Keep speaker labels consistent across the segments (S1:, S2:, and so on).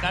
S1: The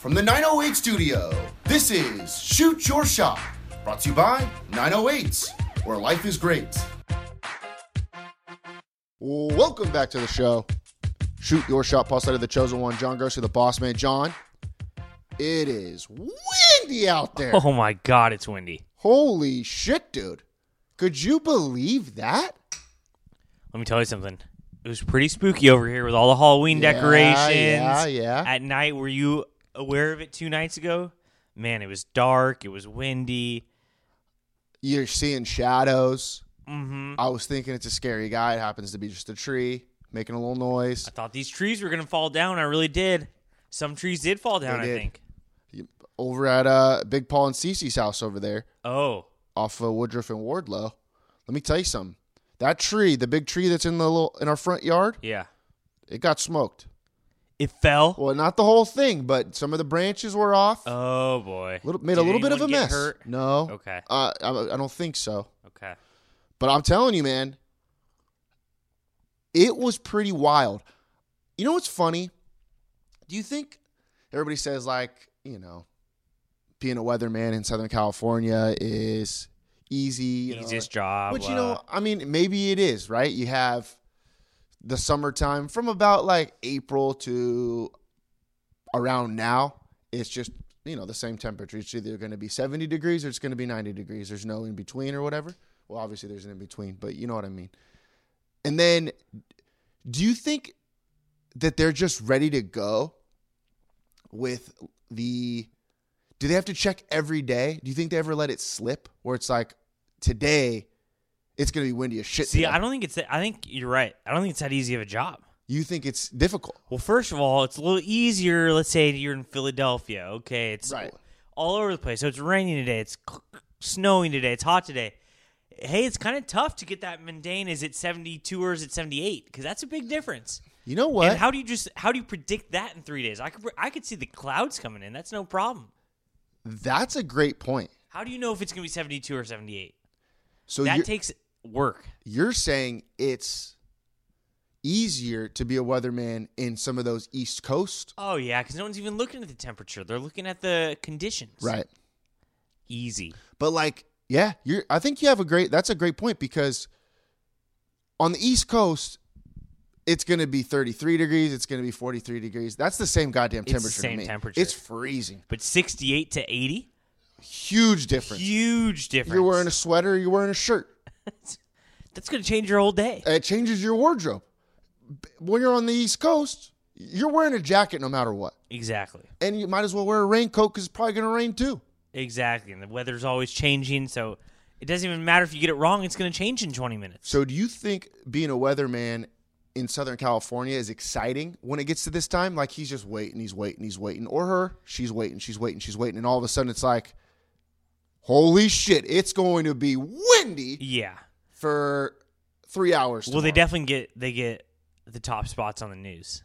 S2: from the 908 studio, this is Shoot Your Shot, brought to you by 908, where life is great. Welcome back to the show. Shoot Your Shot, Paul Side of the Chosen One, John Grocer, the boss man. John, it is windy out there.
S3: Oh my god, it's windy.
S2: Holy shit, dude. Could you believe that?
S3: Let me tell you something. It was pretty spooky over here with all the Halloween decorations.
S2: yeah, yeah.
S3: At night, were you aware of it two nights ago? Man, it was dark. It was windy.
S2: You're seeing shadows. Mm-hmm. I was thinking it's a scary guy. It happens to be just a tree making a little noise.
S3: I thought these trees were gonna fall down. I really did. Some trees did fall down.
S2: They did.
S3: I think.
S2: over at uh, Big Paul and Cece's house over there
S3: Oh,
S2: off of Woodruff and Wardlow. Let me tell you something. That tree, the big tree that's in the little in our front yard,
S3: yeah.
S2: it got smoked.
S3: It fell.
S2: Well, not the whole thing, but some of the branches were off.
S3: Oh boy.
S2: little, made
S3: Did
S2: a little bit of a
S3: anyone get
S2: mess.
S3: hurt?
S2: No.
S3: Okay.
S2: Uh, I, I don't think so.
S3: Okay.
S2: But I'm telling you, man, it was pretty wild. You know what's funny? Do you think everybody says, like, you know, being a weatherman in Southern California is easy? You know,
S3: Easiest job.
S2: Which,
S3: uh,
S2: you know, I mean, maybe it is, right? You have the summertime from about like April to around now. It's just, you know, the same temperature. It's either going to be 70 degrees or it's going to be 90 degrees. There's no in between or whatever. Well, obviously, there's an in between, but you know what I mean. And then do you think that they're just ready to go with the. Do they have to check every day? Do you think they ever let it slip where it's like, today, it's going to be windy as shit?
S3: See,
S2: today?
S3: I don't think it's. That, I think you're right. I don't think it's that easy of a job.
S2: You think it's difficult?
S3: Well, first of all, it's a little easier. Let's say you're in Philadelphia. Okay, it's
S2: Right.
S3: all over the place. So it's raining today. It's c- c- snowing today. It's hot today. Hey, it's kind of tough to get that mundane. Is it 72 or is it 78? Because that's a big difference.
S2: You know what?
S3: And how do you just how do you predict that in three days? I could pre- I could see the clouds coming in. That's no problem.
S2: That's a great point.
S3: How do you know if it's going to be 72 or 78?
S2: So
S3: that
S2: you're,
S3: takes work.
S2: you're saying it's easier to be a weatherman in some of those East Coast,
S3: Oh yeah, because no one's even looking at the temperature. They're looking at the conditions.
S2: right?
S3: Easy.
S2: But like, yeah, you're. I think you have a great. That's a great point because on the East Coast, it's going to be 33 degrees. It's going to be 43 degrees. That's the same goddamn
S3: It's the
S2: temperature. to
S3: same
S2: me.
S3: temperature.
S2: It's freezing.
S3: But 68 to 80,
S2: Huge difference.
S3: huge difference.
S2: You're wearing a sweater. You're wearing a shirt.
S3: That's going to change your whole day.
S2: it changes your wardrobe. B- When you're on the East Coast, you're wearing a jacket no matter what,
S3: Exactly.
S2: and you might as well wear a raincoat because it's probably going to rain too.
S3: Exactly. And the weather's always changing, so it doesn't even matter if you get it wrong, it's going to change in 20 minutes.
S2: So, do you think being a weatherman in Southern California is exciting when it gets to this time? Like he's just waiting, he's waiting, he's waiting, or her, she's waiting, she's waiting, she's waiting, and all of a sudden it's like, holy shit, it's going to be windy
S3: yeah.
S2: for three hours.
S3: Well, they
S2: tomorrow.
S3: definitely get they get the top spots on the news.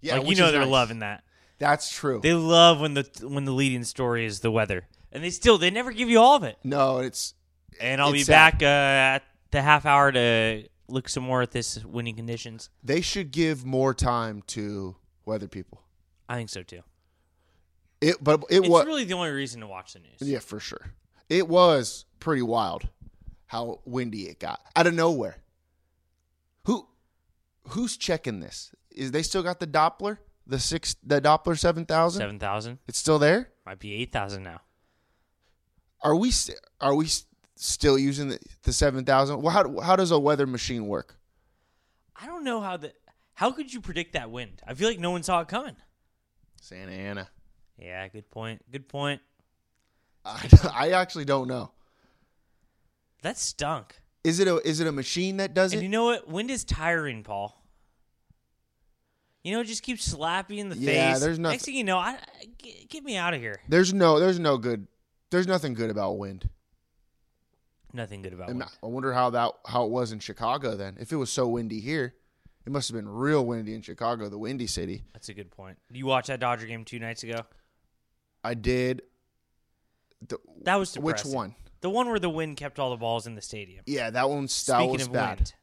S2: yeah,
S3: like you
S2: which
S3: know
S2: is
S3: they're
S2: nice.
S3: loving that.
S2: That's true.
S3: They love when the when the leading story is the weather. And they still they never give you all of it.
S2: no, it's
S3: And I'll
S2: It's
S3: be back uh, at the half hour to look some more at this winning conditions.
S2: they should give more time to weather people.
S3: I think so too.
S2: It, but it
S3: It's
S2: was
S3: really the only reason to watch the news.
S2: yeah for sure. It was pretty wild how windy it got out of nowhere. Who, who's checking this? Is they still got the Doppler, the six, the Doppler seven thousand?
S3: Seven thousand
S2: It's still there.
S3: might be eight thousand now.
S2: Are we st- are we st- still using the, the seven thousand? Well, how how does a weather machine work?
S3: I don't know how the how could you predict that wind? I feel like no one saw it coming.
S2: Santa Ana.
S3: Yeah, good point. Good point.
S2: I, I actually don't know.
S3: That stunk.
S2: Is it a is it a machine that does
S3: And you
S2: it?
S3: know what? Wind is tiring, Paul. You know, just keep slapping in the
S2: Yeah,
S3: face.
S2: there's nothing-
S3: Next thing you know, I, I- get, get me out of here.
S2: There's no there's no good there's nothing good about wind.
S3: Nothing good about
S2: And
S3: wind.
S2: I wonder how that how it was in Chicago then. If it was so windy here, it must have been real windy in Chicago, the windy city.
S3: That's a good point. You watched that Dodger game two nights ago.
S2: I did the,
S3: That was
S2: which
S3: depressing.
S2: one?
S3: The one where the wind kept all the balls in the stadium.
S2: Yeah, that one's that
S3: Speaking
S2: was
S3: of
S2: bad.
S3: wind,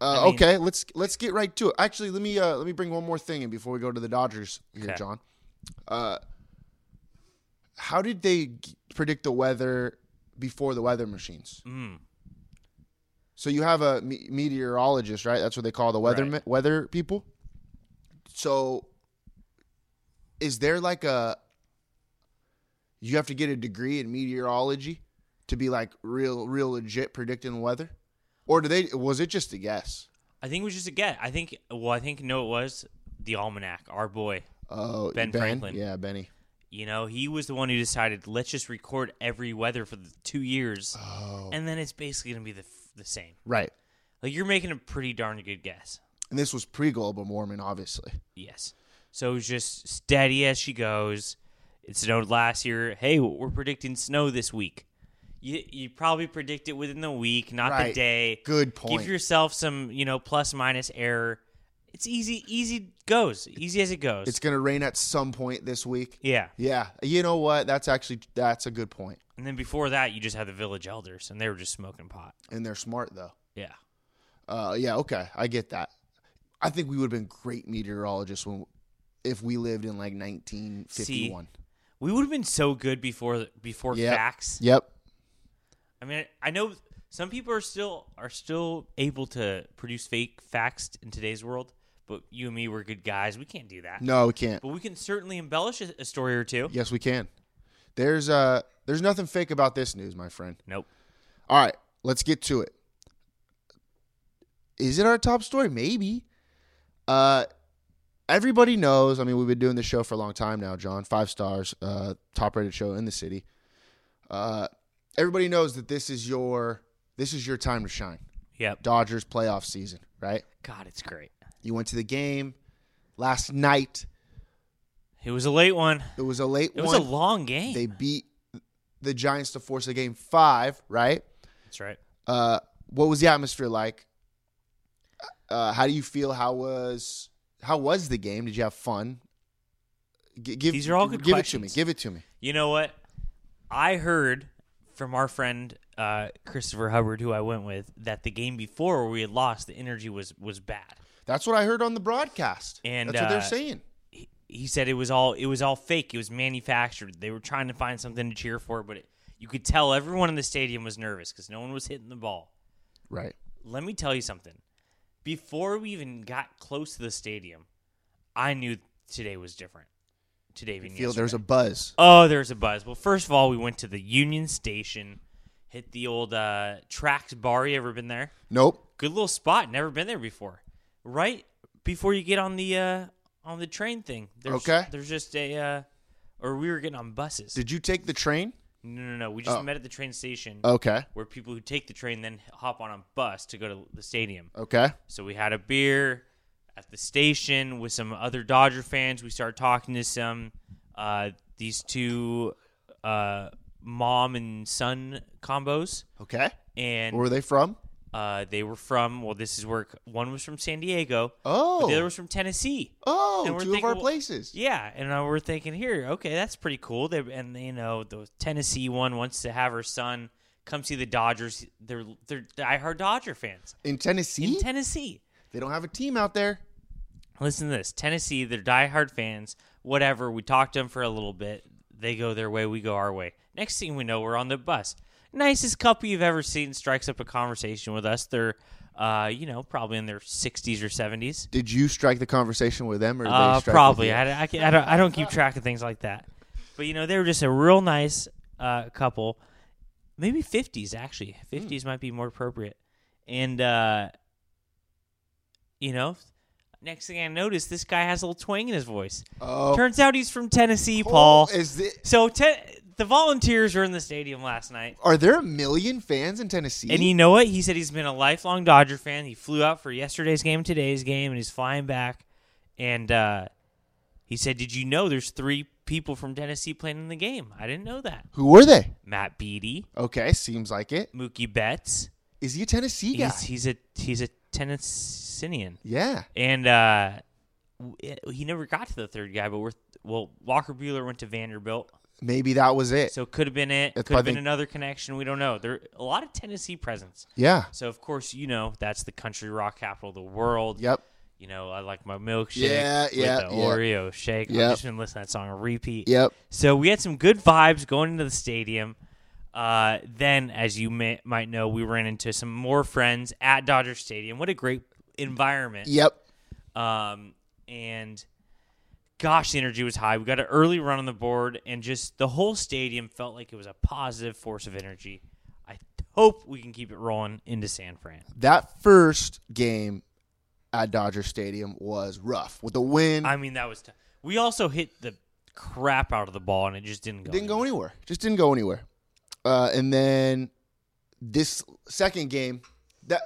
S2: Uh,
S3: I mean-
S2: okay, let's let's get right to it. Actually, let me uh, let me bring one more thing in before we go to the Dodgers here,
S3: Okay.
S2: John. Uh, how did they g- predict the weather before the weather machines?
S3: Mm.
S2: So you have a me- meteorologist, right? That's what they call the weather
S3: Right.
S2: me- weather people. So, is there like a you have to get a degree in meteorology to be like real real legit predicting weather? Or do they was it just a guess?
S3: I think it was just a get. I think. Well, I think no, it was the almanac. Our boy.
S2: Oh,
S3: Ben Franklin.
S2: Yeah, Benny.
S3: You know, he was the one who decided let's just record every weather for the two years,
S2: Oh.
S3: and then it's basically gonna be the f- the same.
S2: Right.
S3: Like you're making a pretty darn good guess.
S2: And this was pre global warming, obviously.
S3: Yes. So it was just steady as she goes. It snowed last year. Hey, we're predicting snow this week. You you probably predict it within the week, not the
S2: Right.
S3: day.
S2: Good point.
S3: Give yourself some, you know, plus minus error. It's easy, easy goes, easy as it goes.
S2: It's gonna rain at some point this week.
S3: yeah.
S2: Yeah. You know what? That's actually that's a good point.
S3: And then before that, you just had the village elders, and they were just smoking pot.
S2: And they're smart though.
S3: Yeah.
S2: Uh, yeah, okay, I get that. I think we would have been great meteorologists when, if we lived in like 1951.
S3: We would have been so good before before
S2: Yep.
S3: facts.
S2: Yep.
S3: I mean, I know some people are still are still able to produce fake facts in today's world, but you and me we're good guys. We can't do that.
S2: No, we can't.
S3: But we can certainly embellish a, a story or two.
S2: Yes, we can. There's uh, there's nothing fake about this news, my friend.
S3: Nope.
S2: All right, let's get to it. Is it our top story? Maybe. Uh, everybody knows. I mean, we've been doing this show for a long time now, John. Five stars, uh, top rated show in the city. Uh, everybody knows that this is your this is your time to shine.
S3: Yep.
S2: Dodgers playoff season, right?
S3: God, it's great.
S2: You went to the game last night.
S3: It was a late one.
S2: It was a late
S3: It was
S2: one.
S3: a long game.
S2: they beat the Giants to force a game five, right?
S3: That's right.
S2: Uh, what was the atmosphere like? Uh, how do you feel? How was how was the game? Did you have fun? G- give
S3: These are all good
S2: Give it
S3: questions.
S2: to me. Give it to me.
S3: You know what? I heard from our friend uh, Christopher Hubbard, who I went with, that the game before where we had lost, the energy was was bad.
S2: That's what I heard on the broadcast.
S3: And,
S2: that's what they're
S3: uh,
S2: saying.
S3: he said it was all it was all fake. It was manufactured. They were trying to find something to cheer for, but it, you could tell everyone in the stadium was nervous because no one was hitting the ball.
S2: Right.
S3: Let me tell you something. Before we even got close to the stadium, I knew today was different. Today being
S2: Feel
S3: yesterday.
S2: there's a buzz.
S3: oh, there's a buzz. Well, first of all, we went to the Union Station, hit the old uh, Tracks Bar. You ever been there?
S2: Nope.
S3: good little spot. Never been there before. Right before you get on the uh, on the train thing. There's,
S2: Okay.
S3: There's just a, uh, or we were getting on buses.
S2: Did Oh. you take the train?
S3: no, no, no. We just met at the train station.
S2: Okay.
S3: Where people who take the train then hop on a bus to go to the stadium.
S2: Okay.
S3: So we had a beer at the station with some other Dodger fans. We started talking to some uh, these two uh, mom and son combos,
S2: Okay.
S3: and
S2: Where were they from?
S3: uh, they were from. Well, this is where one was from San Diego.
S2: Oh.
S3: But the other was from Tennessee. and
S2: Oh,
S3: we're
S2: two of
S3: thinking,
S2: our
S3: well-
S2: places.
S3: Yeah, and I were thinking here, okay, that's pretty cool. They, and you know, the Tennessee one wants to have her son come see the Dodgers. They're they're diehard Dodger fans
S2: In Tennessee?
S3: in Tennessee.
S2: they don't have a team out there.
S3: Listen to this, Tennessee. They're diehard fans. Whatever. We talked to them for a little bit. They go their way. We go our way. Next thing we know, we're on the bus. Nicest couple you've ever seen strikes up a conversation with us. They're, uh, you know, probably in their 60s or 70s.
S2: Did you strike the conversation with them, or did they
S3: Uh,
S2: strike with
S3: probably.
S2: you?
S3: I, I, can't- I don't, I don't keep track of things like that. But, you know, they were just a real nice uh, couple. Maybe 50s, actually.
S2: Hmm.
S3: 50s might be more appropriate. And, uh, you know, next thing I noticed, this guy has a little twang in his voice.
S2: Oh.
S3: Turns out he's from Tennessee, Paul.
S2: Is it,
S3: so te- the volunteers were in the stadium last night.
S2: are there a million fans in Tennessee?
S3: And you know what? He said he's been a lifelong Dodger fan. He flew out for yesterday's game, today's game, and he's flying back. and uh, he said, "Did you know there's three people from Tennessee playing in the game? I didn't know that.
S2: Who were they?
S3: Matt Beattie,
S2: Okay, seems like it.
S3: Mookie Betts.
S2: Is he a Tennessee guy?
S3: He's he's a he's a Tennessean,
S2: yeah.
S3: and uh, w- it- he never got to the third guy. But we're well, Walker Bueller went to Vanderbilt,
S2: Maybe that was it.
S3: so could have been it.
S2: That's
S3: Could have
S2: probably-
S3: been another connection. We don't know. There a lot of Tennessee presence.
S2: yeah.
S3: So of course you know that's the country rock capital of the world.
S2: Yep.
S3: You know I like my milkshake.
S2: Yeah,
S3: with
S2: yeah,
S3: The
S2: yeah.
S3: Oreo shake.
S2: Yep.
S3: I've just been listening to that song on repeat.
S2: Yep.
S3: So we had some good vibes going into the stadium. Uh, then, as you may, might know, we ran into some more friends at Dodger Stadium. What a great environment!
S2: Yep.
S3: Um, and gosh, the energy was high. We got an early run on the board, and just the whole stadium felt like it was a positive force of energy. I hope we can keep it rolling into San Fran.
S2: That first game at Dodger Stadium was rough with the wind.
S3: I mean, that was. T- we also hit the crap out of the ball, and it just didn't go.
S2: didn't go
S3: anywhere.
S2: anywhere. Just didn't go anywhere. Uh, and then this second game, that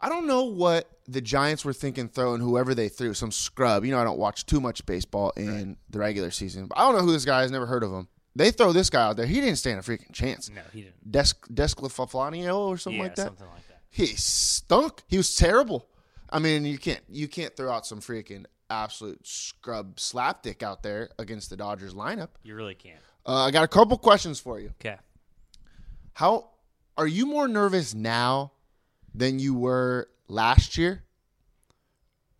S2: I don't know what the Giants were thinking throwing whoever they threw, some scrub. You know, I don't watch too much baseball in the regular season, but I don't know who this guy is. Never heard of him. They throw this guy out there. He didn't stand a freaking chance.
S3: No, he didn't.
S2: Des Desclaflanio or something
S3: yeah,
S2: like that.
S3: something like that.
S2: He stunk. He was terrible. I mean, you can't you can't throw out some freaking absolute scrub slapdick out there against the Dodgers lineup.
S3: You really can't.
S2: Uh, I got a couple questions for you.
S3: Okay.
S2: How are you more nervous now than you were last year?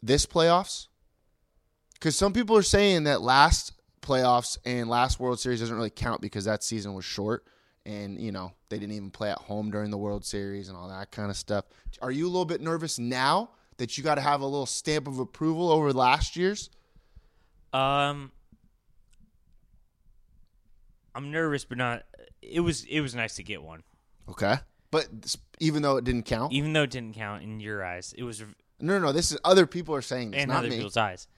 S2: This playoffs? Because some people are saying that last playoffs and last World Series doesn't really count because that season was short and you know they didn't even play at home during the World Series and all that kind of stuff. Are you a little bit nervous now that you got to have a little stamp of approval over last year's?
S3: Um, I'm nervous, but not. It was it was nice to get one,
S2: Okay, E but s- even though it didn't count,
S3: even though it didn't count in your eyes. It was
S2: no, no, no. This is other people are saying this,
S3: in
S2: not
S3: other
S2: me.
S3: people's eyes.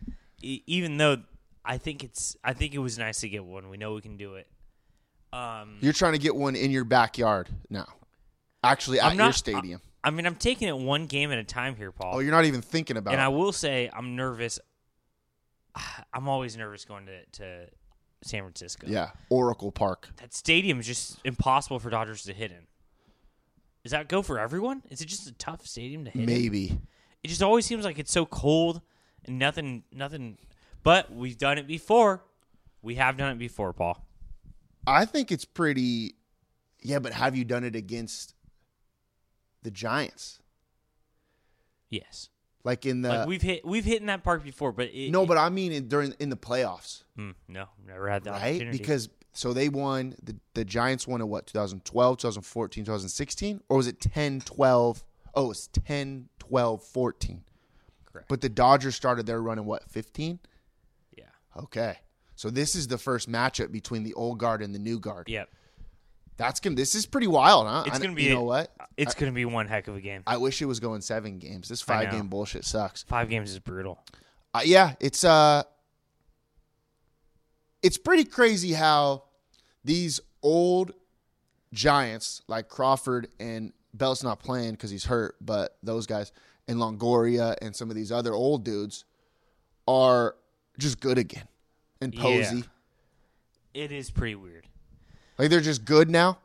S3: E- even though I think it's I think it was nice to get one. We know we can do it. Um,
S2: You're trying to get one in your backyard now. Actually, at
S3: I'm not
S2: your stadium.
S3: I, I mean, I'm taking it one game at a time here, Paul.
S2: oh, you're not even thinking about
S3: and I
S2: it.
S3: will say I'm nervous. I'm always nervous going to to San Francisco.
S2: yeah, Oracle Park.
S3: that stadium is just impossible for Dodgers to hit in. Does that go for everyone? Is it just a tough stadium to hit? in?
S2: Maybe.
S3: It just always seems like it's so cold and nothing, nothing. But we've done it before. We have done it before, Paul.
S2: I think it's pretty. Yeah, but have you done it against the Giants?
S3: Yes,
S2: Like in the.
S3: like we've hit, we've hit in that park before. But it,
S2: Uh, no,
S3: it-
S2: but I mean in, during in the playoffs,
S3: Mm, no, never had that
S2: right?
S3: opportunity.
S2: Because so they won the, the Giants won in what 2012, 2014, 2016 or was it 10, 12? Oh, it's 10, 12, 14.
S3: Correct.
S2: But the Dodgers started their run in what 15?
S3: yeah,
S2: Okay. So this is the first matchup between the old guard and the new guard.
S3: yep,
S2: That's gonna. This is pretty wild, huh?
S3: It's
S2: I-
S3: gonna be-
S2: You know what?
S3: it's gonna be one heck of a game.
S2: I wish it was going seven games. This
S3: I
S2: five
S3: know.
S2: game bullshit sucks.
S3: Five games is brutal.
S2: Uh, yeah, it's uh, it's pretty crazy how these old giants like Crawford and Bell's not playing because he's hurt, but those guys and Longoria and some of these other old dudes are just good again. And
S3: Yeah.
S2: Posey.
S3: It is pretty weird.
S2: Like they're just good now.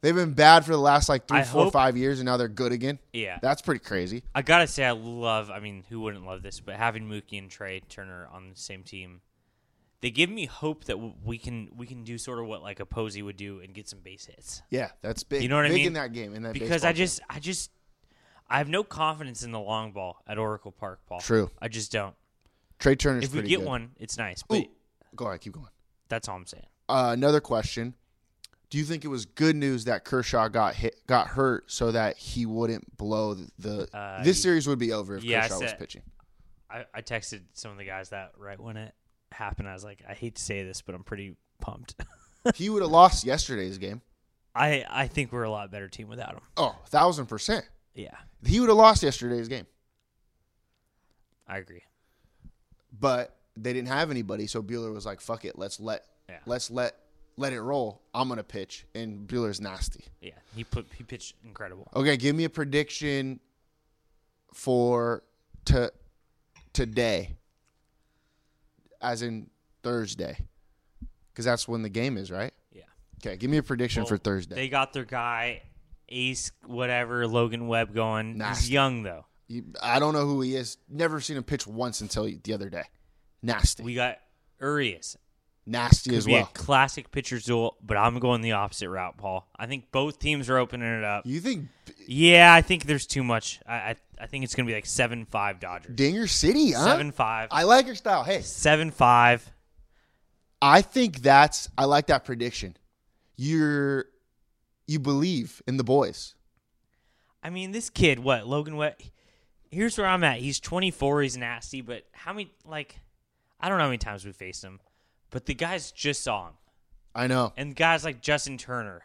S2: They've been bad for the last like three,
S3: I
S2: four,
S3: hope-
S2: five years, and now they're good again.
S3: Yeah.
S2: that's pretty crazy.
S3: I gotta say, I love. I mean, who wouldn't love this? But having Mookie and Trey Turner on the same team, they give me hope that w- we can we can do sort of what like a Posey would do and get some base hits.
S2: Yeah, that's big.
S3: You know what I
S2: big
S3: mean?
S2: in that game in that
S3: Because
S2: baseball
S3: I
S2: game.
S3: just I just I have no confidence in the long ball at Oracle Park, Paul.
S2: True.
S3: I just don't.
S2: Trey Turner's
S3: if we
S2: pretty
S3: get
S2: good.
S3: one, it's nice. But
S2: Ooh, go ahead, keep going.
S3: that's all I'm saying.
S2: Uh, another question: Do you think it was good news that Kershaw got hit, got hurt, so that he wouldn't blow the? the
S3: Uh,
S2: this series would be over if
S3: yeah, I
S2: Kershaw was
S3: said-
S2: pitching.
S3: I, I texted some of the guys that right when it happened. I was like, I hate to say this, but I'm pretty pumped.
S2: He would have lost yesterday's game.
S3: I I think we're a lot better team without him.
S2: Oh, thousand percent.
S3: Yeah,
S2: He would have lost yesterday's game.
S3: I agree.
S2: but they didn't have anybody. So Bueller was like, "Fuck it, let's let
S3: Yeah.
S2: let's let let it roll. I'm gonna pitch." And Bueller's nasty.
S3: Yeah, he put he pitched incredible.
S2: Okay, give me a prediction for to today as in Thursday, because that's when the game is, right?
S3: Yeah.
S2: Okay, give me a prediction for
S3: Well,
S2: Thursday.
S3: They got their guy, Ace, whatever, Logan Webb going.
S2: Nasty.
S3: He's young, though.
S2: You- I don't know who he is. Never seen him pitch once until the other day. Nasty,
S3: We got Urias.
S2: nasty as
S3: Be
S2: well.
S3: a classic pitcher's duel, but I'm going the opposite route, Paul. I think both teams are opening it up.
S2: you think
S3: Yeah, I think there's too much. I I, I think it's going to be like 7 5 Dodgers.
S2: Dinger City? Huh?
S3: 7 5.
S2: I like your style. Hey,
S3: 7 5.
S2: I think that's I like that prediction. You're you believe in the boys.
S3: I mean, this kid, what Logan? What? Here's where I'm at. He's 24. He's nasty, but how many? Like, I don't know how many times we faced him, but the guys just saw him,
S2: I know.
S3: and guys like Justin Turner,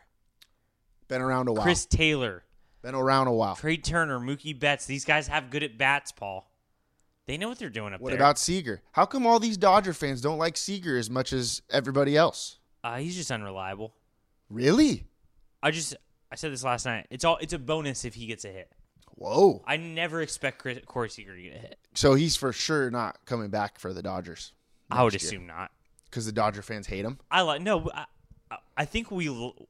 S2: Been around a while.
S3: Chris Taylor,
S2: Been around a while.
S3: Trey Turner, Mookie Betts. These guys have good at bats, Paul. They know what they're doing up
S2: What
S3: there.
S2: about Seager? How come all these Dodger fans don't like Seager as much as everybody else?
S3: Uh, he's just unreliable.
S2: Really?
S3: I just I said this last night. It's all it's a bonus if he gets a hit.
S2: Whoa.
S3: I never expect Chris, Corey Seager to get a hit.
S2: So he's for sure not coming back for the Dodgers
S3: I would
S2: Next year.
S3: assume not.
S2: because the Dodger fans hate him.
S3: I like no. I, I- I think we l-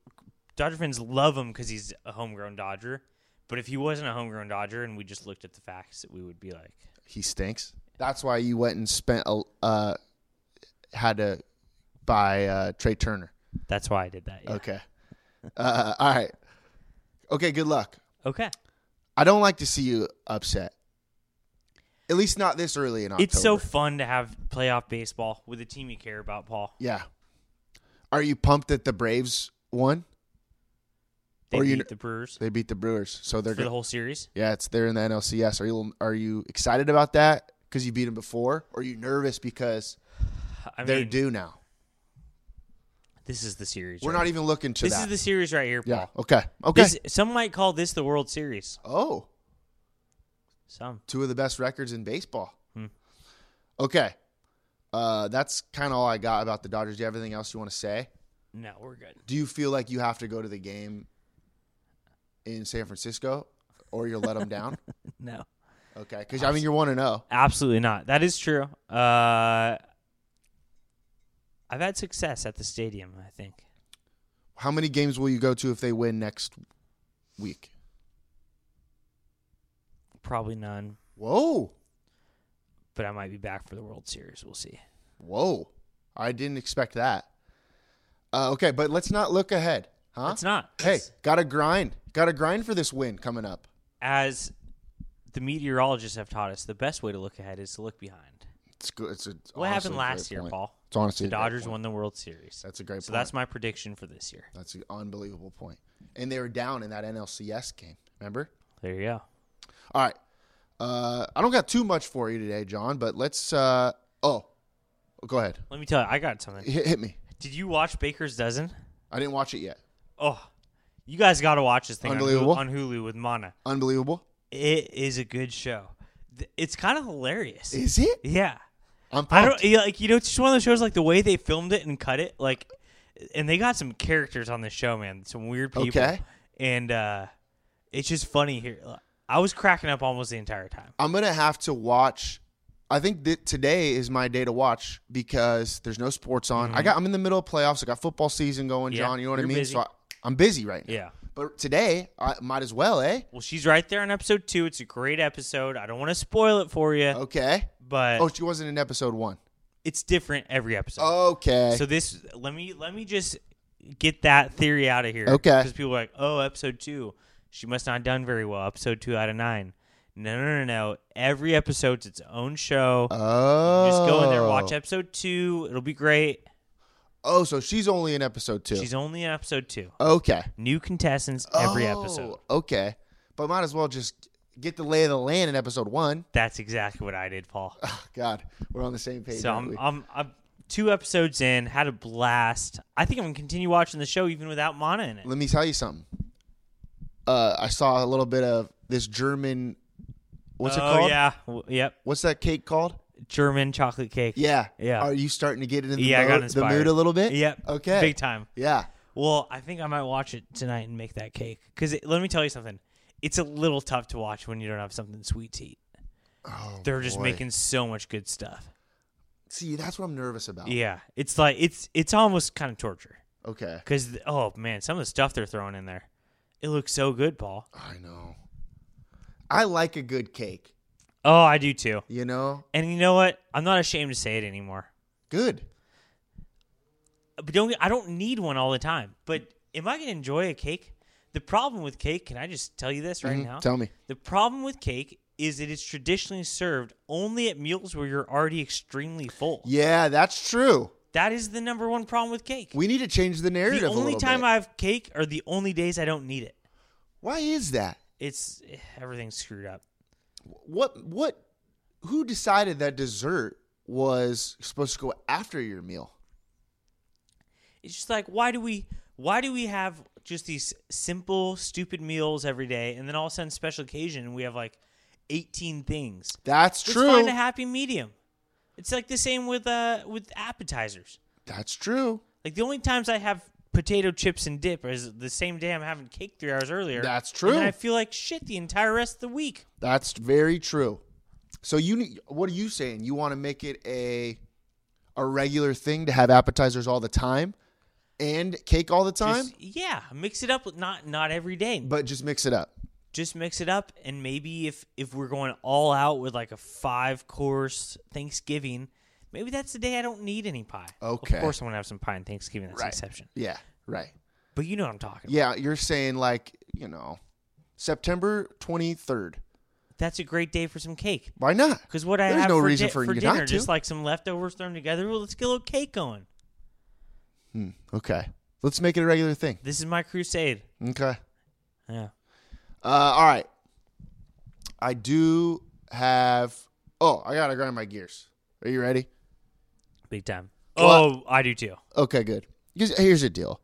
S3: Dodger fans love him because he's a homegrown Dodger. But if he wasn't a homegrown Dodger and we just looked at the facts, we would be like,
S2: He stinks. That's why you went and spent a uh had to buy uh Trey Turner.
S3: "That's why I did that." Yeah.
S2: Okay. Uh, all right. Okay. Good luck.
S3: Okay.
S2: I don't like to see you upset. At least not this early in October.
S3: It's so fun to have playoff baseball with a team you care about, Paul.
S2: yeah. Are you pumped that the Braves won?
S3: They
S2: Or you
S3: beat
S2: kn-
S3: the Brewers
S2: They beat the Brewers, so they're
S3: for the
S2: go-
S3: whole series.
S2: yeah, it's they're in the NLCS. Are you are you excited about that because you beat them before, or are you nervous because
S3: I
S2: they're
S3: mean,
S2: due now?
S3: this is the series.
S2: We're
S3: right?
S2: not even looking to
S3: This
S2: that.
S3: is the series right here, Paul.
S2: yeah. Okay. Okay.
S3: This, some might call this the World Series.
S2: oh,
S3: Some.
S2: two of the best records in baseball.
S3: Hmm.
S2: Okay. Uh, that's kind of all I got about the Dodgers. Do you have anything else you want to say?
S3: No, we're good.
S2: Do you feel like you have to go to the game in San Francisco or you'll let them down?
S3: No.
S2: Okay. Because, I mean, you're 1 and oh. 0.
S3: Absolutely not. That is true. Uh, I've had success at the stadium, I think.
S2: How many games will you go to if they win next week?
S3: Probably none,
S2: Whoa.
S3: but I might be back for the World Series. We'll see.
S2: Whoa. I didn't expect that. Uh, okay. But let's not look ahead. Huh?
S3: It's not.
S2: Hey, got to grind. Got to grind for this win coming up.
S3: As the meteorologists have taught us, the best way to look ahead is to look behind.
S2: It's good. It's a, it's
S3: What
S2: honestly
S3: happened
S2: a
S3: last
S2: great
S3: year,
S2: point.
S3: Paul?
S2: It's honestly
S3: the
S2: a great
S3: Dodgers
S2: point.
S3: won the World Series.
S2: That's a great
S3: So that's
S2: point.
S3: my prediction for this year.
S2: That's an unbelievable point. And they were down in that NLCS game. Remember?
S3: There you go.
S2: All right. Uh, I don't got too much for you today, John, but let's. Uh, oh, go ahead.
S3: Let me tell you, I got something.
S2: Hit, hit me.
S3: Did you watch Baker's Dozen?
S2: I didn't watch it yet.
S3: Oh, you guys got to watch this thing on Hulu-
S2: Unbelievable.
S3: on Hulu with Mana.
S2: Unbelievable.
S3: It is a good show. Th- It's kind of hilarious.
S2: Is it?
S3: yeah.
S2: I'm pumped.
S3: I don't yeah, like you know it's just one of those shows like the way they filmed it and cut it like and they got some characters on this show, man. Some weird people.
S2: Okay.
S3: And uh it's just funny here. I was cracking up almost the entire time.
S2: I'm gonna have to watch. I think that today is my day to watch because there's no sports on. I got. I'm in the middle of playoffs. I got football season going,
S3: Mm-hmm. Yeah,
S2: John. You know what I
S3: you're
S2: mean?
S3: busy.
S2: So I, I'm busy right now.
S3: Yeah.
S2: But today, I might as well, eh?
S3: Well, she's right there in episode 2. It's a great episode. I don't want to spoil it for you,
S2: Okay.
S3: but
S2: Oh, she wasn't in episode one.
S3: it's different every episode.
S2: Okay.
S3: So this let me let me just get that theory out of here.
S2: Okay.
S3: Because people are like, oh, episode two, she must not have done very well. Episode two out of nine. No, no, no, no. Every episode's its own show.
S2: oh.
S3: Just go in there, watch episode two. It'll be great.
S2: Oh, so she's only in episode two.
S3: She's only in episode two.
S2: okay.
S3: New contestants every
S2: Oh,
S3: episode.
S2: Okay. But might as well just get the lay of the land in episode one.
S3: That's exactly what I did, Paul.
S2: God, we're on the same page.
S3: so
S2: aren't
S3: I'm,
S2: we?
S3: I'm I'm two episodes in. Had a blast. I think I'm gonna continue watching the show even without Mana in it.
S2: Let me tell you something. Uh, I saw a little bit of this German. What's
S3: oh
S2: it called?
S3: yeah, W- yep.
S2: What's that cake called?
S3: German chocolate cake.
S2: Yeah.
S3: Yeah.
S2: Are you starting to get in the,
S3: yeah, I got
S2: mood, the
S3: inspired.
S2: mood a little bit?
S3: Yep.
S2: Okay.
S3: Big time.
S2: Yeah.
S3: Well, I think I might watch it tonight and make that cake. Because let me tell you something, it's a little tough to watch when you don't have something sweet to eat. They're just
S2: Oh, boy.
S3: making so much good stuff.
S2: See, that's what I'm nervous about.
S3: Yeah, it's like it's it's almost kind of torture
S2: Okay.
S3: because oh man, some of the stuff they're throwing in there, it looks so good, Paul.
S2: I know. I like a good cake,
S3: Oh, I do too.
S2: you know?
S3: And you know what? I'm not ashamed to say it anymore.
S2: Good.
S3: But don't I don't need one all the time. But am I gonna enjoy a cake? The problem with cake, can I just tell you this right
S2: Mhm,
S3: now?
S2: tell me.
S3: The problem with cake is it is traditionally served only at meals where you're already extremely full.
S2: Yeah, that's true.
S3: That is the number one problem with cake.
S2: We need to change the narrative.
S3: the
S2: a
S3: only
S2: little
S3: time
S2: bit.
S3: I have cake are the only days I don't need it.
S2: Why is that?
S3: It's eh, everything's screwed up.
S2: What what who decided that dessert was supposed to go after your meal?
S3: It's just like why do we why do we have just these simple stupid meals every day and then all of a sudden special occasion we have like 18 things.
S2: That's
S3: Let's
S2: true.
S3: find a happy medium. It's like the same with uh with appetizers.
S2: that's true.
S3: Like the only times I have potato chips and dip is the same day I'm having cake three hours earlier.
S2: That's
S3: And then
S2: true.
S3: I feel like shit the entire rest of the week.
S2: That's very true. So you need what are you saying? You want to make it a a regular thing to have appetizers all the time and cake all the time,
S3: Just- yeah, mix it up. with Not not every day.
S2: but just mix it up.
S3: just mix it up and maybe if if we're going all out with like a five course Thanksgiving, maybe that's the day I don't need any pie.
S2: Okay.
S3: Of course, I'm gonna have some pie in Thanksgiving. That's an exception.
S2: Yeah, right.
S3: But you know what I'm talking. about.
S2: Yeah, you're saying like, you know, September 23rd.
S3: That's a great day for some cake.
S2: Why not?
S3: Because what I
S2: There's
S3: have
S2: no
S3: for,
S2: reason
S3: di-
S2: for you
S3: dinner,
S2: not to.
S3: just like some leftovers thrown together. Well, let's get a little cake going.
S2: Okay. Let's make it a regular thing.
S3: This is my crusade.
S2: Okay.
S3: Yeah.
S2: Uh, all right. I do have. Oh, I gotta grind my gears. Are you ready?
S3: Big time.
S2: Well-
S3: oh, I do too.
S2: Okay, good. Here's, here's the deal.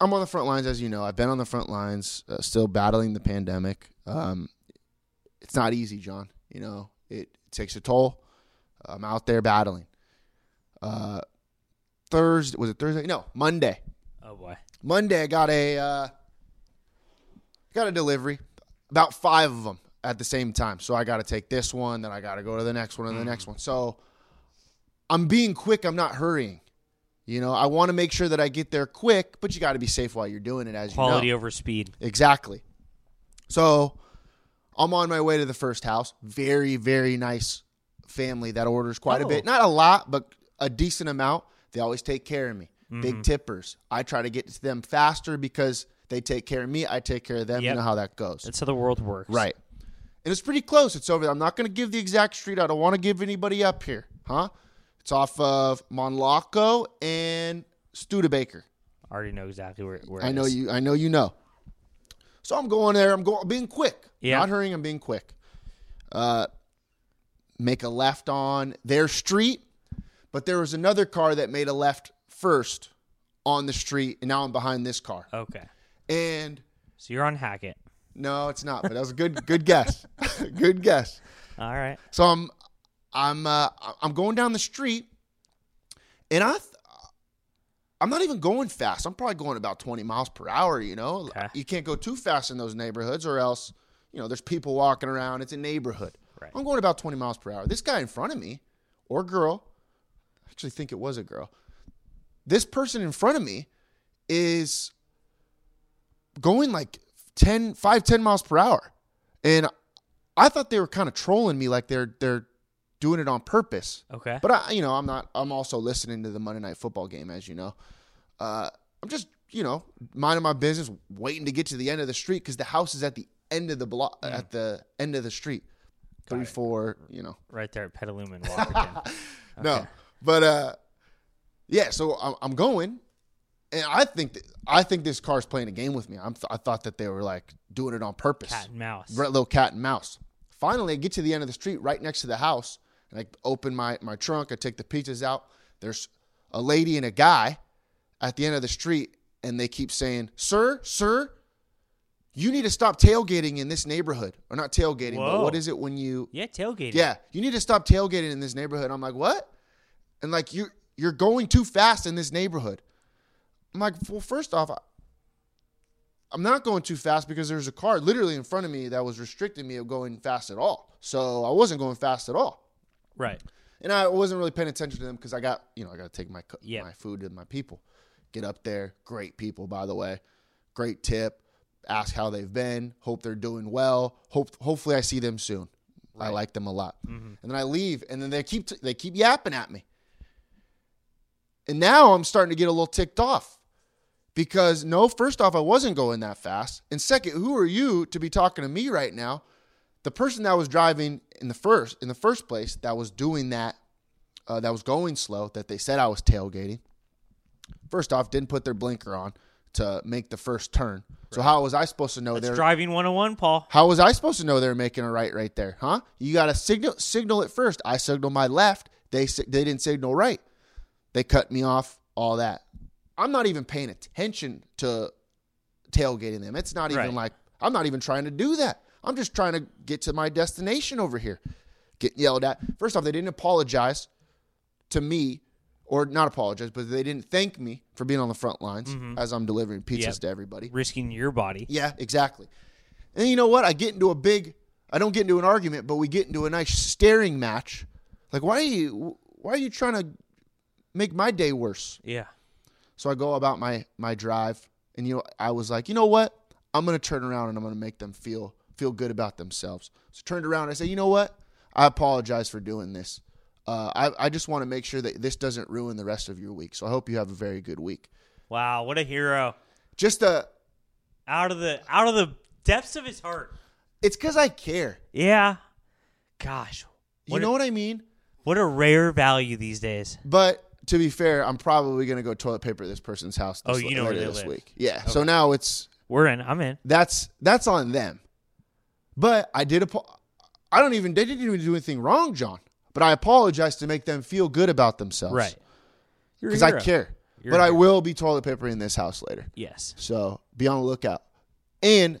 S2: I'm on the front lines, as you know. I've been on the front lines, uh, still battling the pandemic. Um, it's not easy, John. You know, it takes a toll. I'm out there battling. Uh, Thursday was it Thursday? No, Monday.
S3: Oh boy.
S2: Monday, I got a uh, got a delivery, about five of them at the same time. So I got to take this one, then I got to go to the next one, and the next one. So I'm being quick. I'm not hurrying. You know, I want to make sure that I get there quick, but you got to be safe while you're doing it. As
S3: Quality
S2: you know.
S3: over speed.
S2: exactly. So I'm on my way to the first house. Very, very nice family that orders quite a
S3: Oh.
S2: bit. Not a lot, but a decent amount. They always take care of me.
S3: Mm-hmm.
S2: Big tippers. I try to get to them faster because they take care of me. I take care of them. You
S3: Yep.
S2: know how that goes.
S3: That's how the world works.
S2: Right. And it's pretty close. It's over. I'm not going to give the exact street. I don't want to give anybody up here, huh? It's off of Monlocco and Studebaker.
S3: I already know exactly where, where
S2: I
S3: it
S2: know
S3: is.
S2: you. I know you know. So I'm going there. I'm going. I'm being quick.
S3: Yeah.
S2: Not hurrying. I'm being quick. Uh, make a left on their street, but there was another car that made a left first on the street, and now I'm behind this car.
S3: Okay.
S2: And
S3: So you're on Hackett.
S2: no, it's not. But that was a good. good guess. good guess.
S3: All right.
S2: So I'm I'm uh, I'm going down the street, and I th- I'm not even going fast. I'm probably going about 20 miles per hour. You know,
S3: Okay.
S2: you can't go too fast in those neighborhoods, or else you know there's people walking around. It's a neighborhood.
S3: Right.
S2: I'm going about 20 miles per hour. This guy in front of me, or girl, I actually think it was a girl. This person in front of me is going like 10 5 10 miles per hour and i thought they were kind of trolling me like they're they're doing it on purpose
S3: Okay.
S2: but i you know i'm not i'm also listening to the monday night football game as you know uh i'm just you know minding my business waiting to get to the end of the street because the house is at the end of the block at the end of the street three four you know
S3: right there at Petaluma and Walkerton.
S2: no, but uh, yeah. So I'm, I'm going, and I think that, I think this car's playing a game with me. I'm th- I thought that they were like doing it on purpose,
S3: Cat and mouse.
S2: Right, little cat and mouse. Finally, I get to the end of the street, right next to the house, and I open my my trunk. I take the pizzas out. There's a lady and a guy at the end of the street, and they keep saying, "Sir, sir." You need to stop tailgating in this neighborhood, or not tailgating, but
S3: Whoa.
S2: what is it when you
S3: Yeah, tailgating.
S2: yeah, you need to stop tailgating in this neighborhood. I'm like, what? And like you you're going too fast in this neighborhood. I'm like, well, first off, I- I'm not going too fast because there's a car literally in front of me that was restricting me of going fast at all. So I wasn't going fast at all.
S3: Right.
S2: And I wasn't really paying attention to them because I got, you know, I got to take my cu-
S3: Yeah.
S2: my food to my people. Get up there, great people, by the way, great tip. Ask how they've been. Hope they're doing well. Hope hopefully I see them soon. I like them a lot. And then I leave, and then they keep t- they keep yapping at me. And now I'm starting to get a little ticked off because no, first off, I wasn't going that fast. And second, who are you to be talking to me right now? The person that was driving in the first in the first place that was doing that uh, that was going slow that they said I was tailgating. First off, didn't put their blinker on to make the first turn. So how was I supposed to know
S3: That's
S2: they're
S3: driving 101, Paul.
S2: how was I supposed to know they were making a right right there, huh? You got to signal signal it first. I signal my left. They si- they didn't signal right. They cut me off. All that. I'm not even paying attention to tailgating them. It's not even
S3: Right.
S2: like I'm not even trying to do that. I'm just trying to get to my destination over here. Get yelled at. First off, they didn't apologize to me, or not apologize, but they didn't thank me for being on the front lines as I'm delivering pizzas
S3: Mm-hmm. Yep.
S2: to everybody.
S3: Risking your body.
S2: Yeah, exactly. And you know what? I get into a big, I don't get into an argument, but we get into a nice staring match. Like, why are you, why are you trying to make my day worse?
S3: Yeah.
S2: So I go about my my drive, and you know, I was like, you know what? I'm gonna turn around and I'm gonna make them feel feel good about themselves. So I turned around, and I said, you know what? I apologize for doing this. Uh, I, I just want to make sure that this doesn't ruin the rest of your week. So I hope you have a very good week.
S3: Wow, what a hero.
S2: Just uh
S3: Out of the out of the depths of his heart.
S2: it's because I care.
S3: Yeah. Gosh.
S2: You
S3: What a-
S2: know what I mean?
S3: What a rare value these days.
S2: But to be fair, I'm probably gonna go toilet paper at this person's house. This
S3: Oh, you know
S2: later
S3: where they
S2: this
S3: live.
S2: week. Yeah. So now it's
S3: We're in. I'm in.
S2: that's that's on them. But I did. Apo- I don't even. They didn't even do anything wrong, John. But I apologize to make them feel good about themselves,
S3: Right. You're a
S2: Because I
S3: hero.
S2: care.
S3: You're
S2: but
S3: a
S2: I
S3: hero.
S2: will be toilet papering this house later.
S3: Yes.
S2: So be on the lookout. And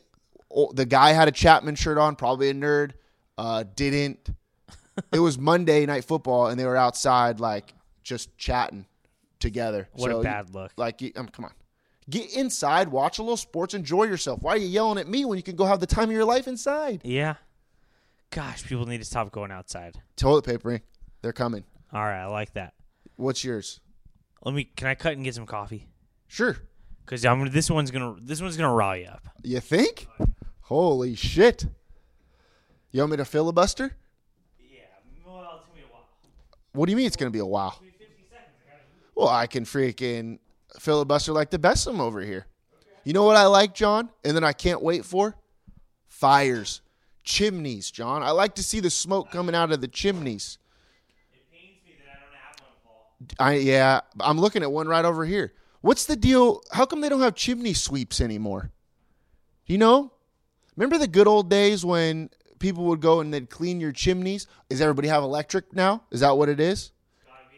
S2: oh, the guy had a Chapman shirt on, probably a nerd. Uh, didn't. it was Monday night football, and they were outside like just chatting together.
S3: What a
S2: you-
S3: bad look.
S2: Like, you, um, come on, get inside, watch a little sports, enjoy yourself. Why are you yelling at me when you can go have the time of your life inside?
S3: Yeah. Gosh, people need to stop going outside.
S2: Toilet papering, they're coming.
S3: All right, I like that.
S2: What's yours?
S3: Let me. Can I cut and get some coffee?
S2: Sure.
S3: Cause I'm gonna. This one's gonna. This one's gonna rile you up.
S2: You think? Holy shit! You want me to filibuster?
S3: Well, it's gonna be a while.
S2: What do you mean it's going to be a while? Well, I can freaking filibuster like the best of 'em over here. You know what I like, John? And then I can't wait for? Fires. Chimneys, John. I like to see the smoke coming out of the chimneys. I yeah, I'm looking at one right over here. What's the deal? How come they don't have chimney sweeps anymore? You know? Remember the good old days when people would go and they'd clean your chimneys? Does everybody have electric now? Is that what it is?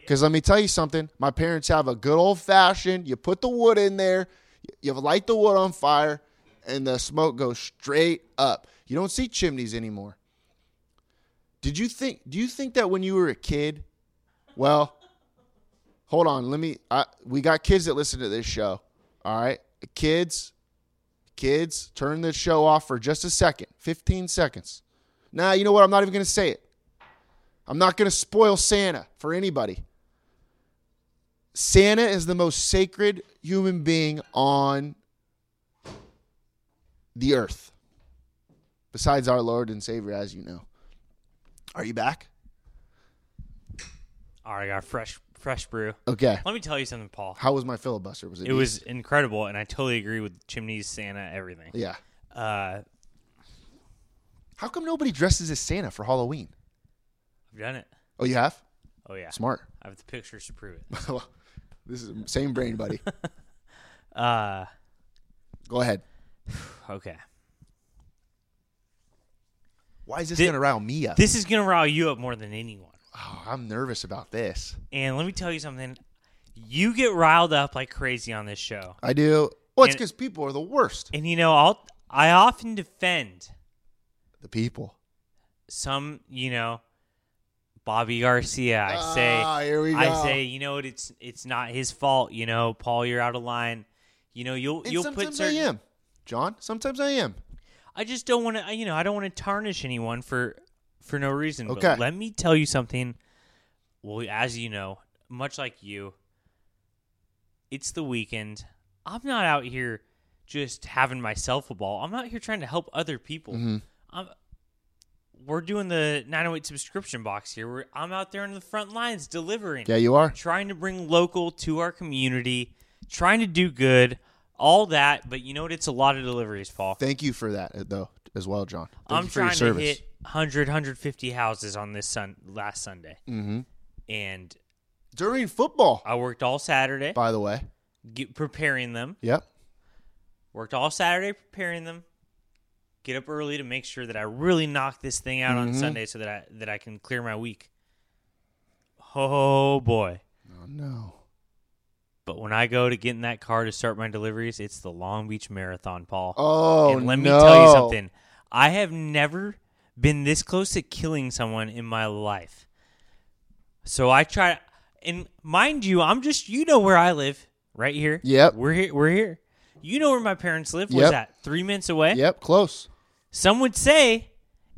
S2: Because let me tell you something. My parents have a good old fashioned. You put the wood in there, you light the wood on fire, and the smoke goes straight up. You don't see chimneys anymore. Did you think? Do you think that when you were a kid? Well, hold on. Let me. I, we got kids that listen to this show. All right, kids, kids, turn this show off for just a second. Fifteen seconds. Nah, you know what? I'm not even gonna say it. I'm not going to spoil Santa for anybody. Santa is the most sacred human being on the earth, besides our Lord and Savior, as you know. Are you back?
S3: All right, I got a fresh, fresh brew.
S2: Okay.
S3: Let me tell you something, Paul.
S2: How was my filibuster? Was it?
S3: It was incredible, and I totally agree with chimneys, Santa, everything.
S2: Yeah.
S3: Uh,
S2: How come nobody dresses as Santa for Halloween?
S3: I've done it.
S2: Oh, you have?
S3: Oh yeah,
S2: Smart.
S3: I have the pictures to prove it.
S2: this is same brain, buddy.
S3: Uh,
S2: Go ahead.
S3: okay.
S2: Why is this
S3: Thi-
S2: going to rile me up?
S3: This is gonna rile you up more than anyone.
S2: oh, I'm nervous about this.
S3: And let me tell you something. You get riled up like crazy on this show.
S2: I do. Well, it's
S3: And-
S2: because people are the worst.
S3: And you know, I'll I often defend
S2: The people.
S3: some, you know, Bobby Garcia. I say
S2: Ah, here we
S3: I
S2: go.
S3: say, you know what, it's it's not his fault, you know, Paul, you're out of line. You know, you'll
S2: And
S3: you'll
S2: sometimes
S3: put certain
S2: I am, John. Sometimes I am.
S3: I just don't want to. You know, I don't want to tarnish anyone for for no reason.
S2: Okay.
S3: But let me tell you something. Well, as you know, much like you, it's the weekend. I'm not out here just having myself a ball. I'm out here trying to help other people.
S2: Mm-hmm.
S3: I'm, we're doing the 908 subscription box here. We're, I'm out there on the front lines delivering
S2: Yeah, you are.
S3: trying to bring local to our community, trying to do good, all that. But you know what? It's a lot of deliveries, Paul.
S2: Thank you for that, uh, though, as well, John. Thank
S3: I'm
S2: you for
S3: trying
S2: your
S3: to
S2: service.
S3: hit 100, 150 houses on this sun last Sunday, mm-hmm. and
S2: During football,
S3: I worked all Saturday
S2: by the way.
S3: get, preparing them.
S2: Yep.
S3: Worked all Saturday preparing them. Get up early to make sure that I really knock this thing out
S2: Mm-hmm.
S3: on Sunday, so that I that I can clear my week. Oh boy!
S2: Oh, no.
S3: But when I go to get in that car to start my deliveries, it's the Long Beach Marathon, Paul.
S2: Oh,
S3: and let
S2: no.
S3: me tell you something. I have never been this close to killing someone in my life. So I try, and mind you, I'm just you know where I live, right here.
S2: Yep.
S3: we're here. We're here. You know where my parents live. Was
S2: Yep.
S3: that three minutes away?
S2: Yep, close.
S3: Some would say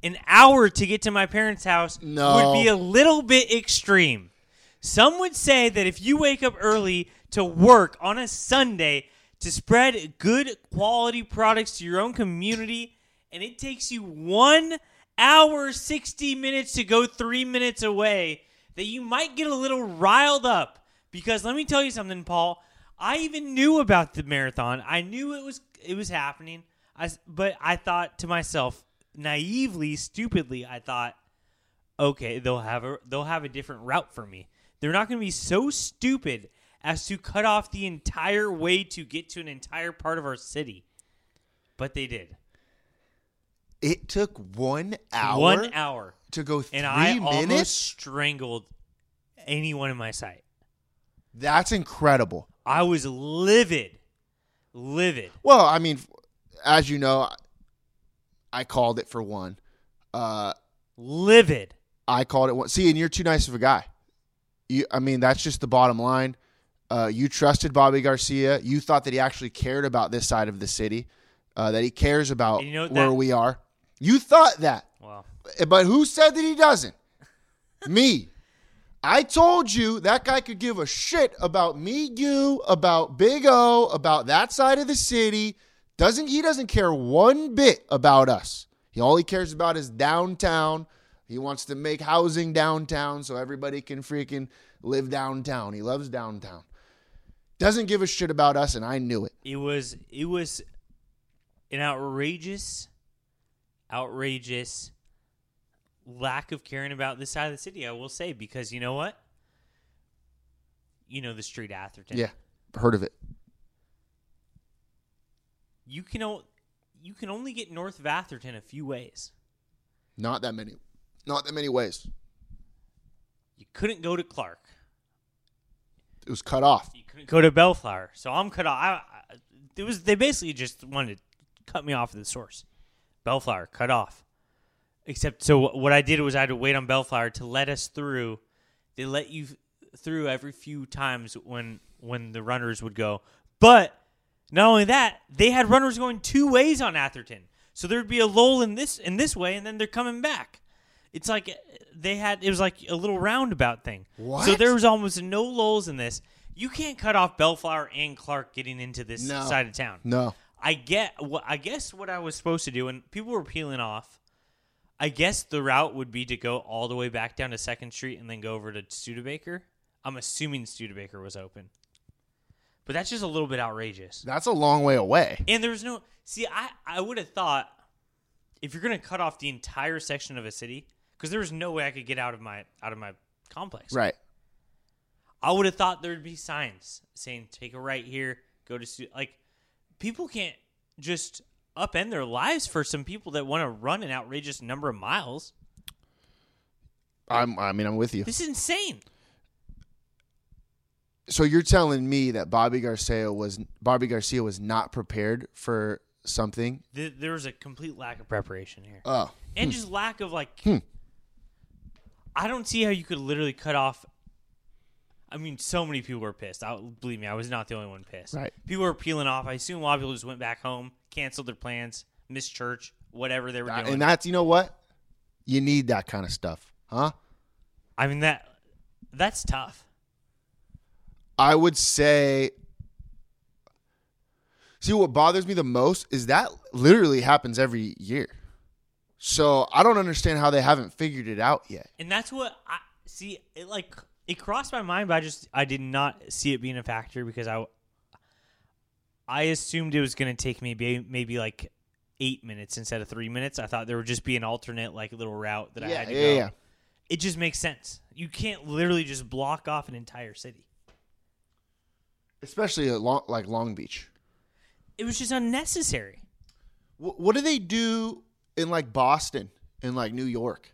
S3: an hour to get to my parents' house
S2: No.
S3: would be a little bit extreme. Some would say that if you wake up early to work on a Sunday to spread good quality products to your own community, and it takes you one hour, 60 minutes to go three minutes away, that you might get a little riled up. Because let me tell you something, Paul. I even knew about the marathon. I knew it was it was happening. I, s- but I thought to myself, naively, stupidly, I thought, okay, they'll have a they'll have a different route for me. They're not going to be so stupid as to cut off the entire way to get to an entire part of our city. But they did.
S2: It took one hour,
S3: One hour.
S2: to go three
S3: And I almost
S2: minutes.
S3: strangled anyone in my sight.
S2: That's incredible.
S3: I was livid. Livid.
S2: Well, I mean, as you know, I called it for one. Uh,
S3: Livid.
S2: I called it one. See, and you're too nice of a guy. You, I mean, that's just the bottom line. Uh, you trusted Bobby Garcia. You thought that he actually cared about this side of the city, uh, that he cares about
S3: And you know
S2: where
S3: that-
S2: we are. You thought that.
S3: Wow.
S2: Eh, But who said that he doesn't? me. I told you that guy could give a shit about me, you, about Big O, about that side of the city. Doesn't he doesn't care one bit about us. He all he cares about is downtown. He wants to make housing downtown so everybody can freaking live downtown. He loves downtown. Doesn't give a shit about us, and I knew it.
S3: It was it was an outrageous, outrageous lack of caring about this side of the city. I will say because you know what, you know the street Atherton.
S2: Yeah. Heard of it.
S3: you can o- you can only get north of Atherton a few ways.
S2: Not that many. Not that many ways.
S3: You couldn't go to Clark.
S2: It was cut off.
S3: You couldn't go to Bellflower. So I'm cut off. I, I, it was they basically just wanted to cut me off at the source. Bellflower cut off. Except so wh- what I did was I had to wait on Bellflower to let us through. They let you through every few times when when the runners would go. But not only that, they had runners going two ways on Atherton. So there'd be a lull in this in this way and then they're coming back. It's like uh, they had it was like a little roundabout thing. So
S2: What?
S3: there was almost no lulls in this. You can't cut off Bellflower and Clark getting into this
S2: No.
S3: side of town.
S2: No.
S3: I get. Well, I guess what I was supposed to do, and people were peeling off. I guess the route would be to go all the way back down to Second Street and then go over to Studebaker. I'm assuming Studebaker was open, but that's just a little bit outrageous.
S2: That's a long way away.
S3: And there was no. See, I I would have thought if you're going to cut off the entire section of a city, because there was no way I could get out of my out of my complex.
S2: Right.
S3: I would have thought there'd be signs saying take a right here, go to stu-" like people can't just upend their lives for some people that want to run an outrageous number of miles.
S2: I'm I mean I'm with you.
S3: This is insane.
S2: So you're telling me that Bobby Garcia was Bobby Garcia was not prepared for something?
S3: Th- There was a complete lack of preparation here.
S2: Oh.
S3: and just lack of like I don't see how you could literally cut off I mean so many people were pissed. I, believe me, I was not the only one pissed.
S2: Right.
S3: People were peeling off. I assume a lot of people just went back home, canceled their plans, missed church, whatever they were doing.
S2: And that's you know what? You need that kind of stuff. Huh?
S3: I mean that That's tough.
S2: I would say. See, what bothers me the most is that literally happens every year. So I don't understand how they haven't figured it out yet.
S3: And that's what I see. It like it crossed my mind, but I just I did not see it being a factor because I I assumed it was going to take me ba- maybe like eight minutes instead of three minutes. I thought there would just be an alternate like little route that I had to go. It just makes sense. You can't literally just block off an entire city.
S2: Especially at long, like Long Beach.
S3: It was just unnecessary.
S2: Wh- what do they do in like Boston and like New York?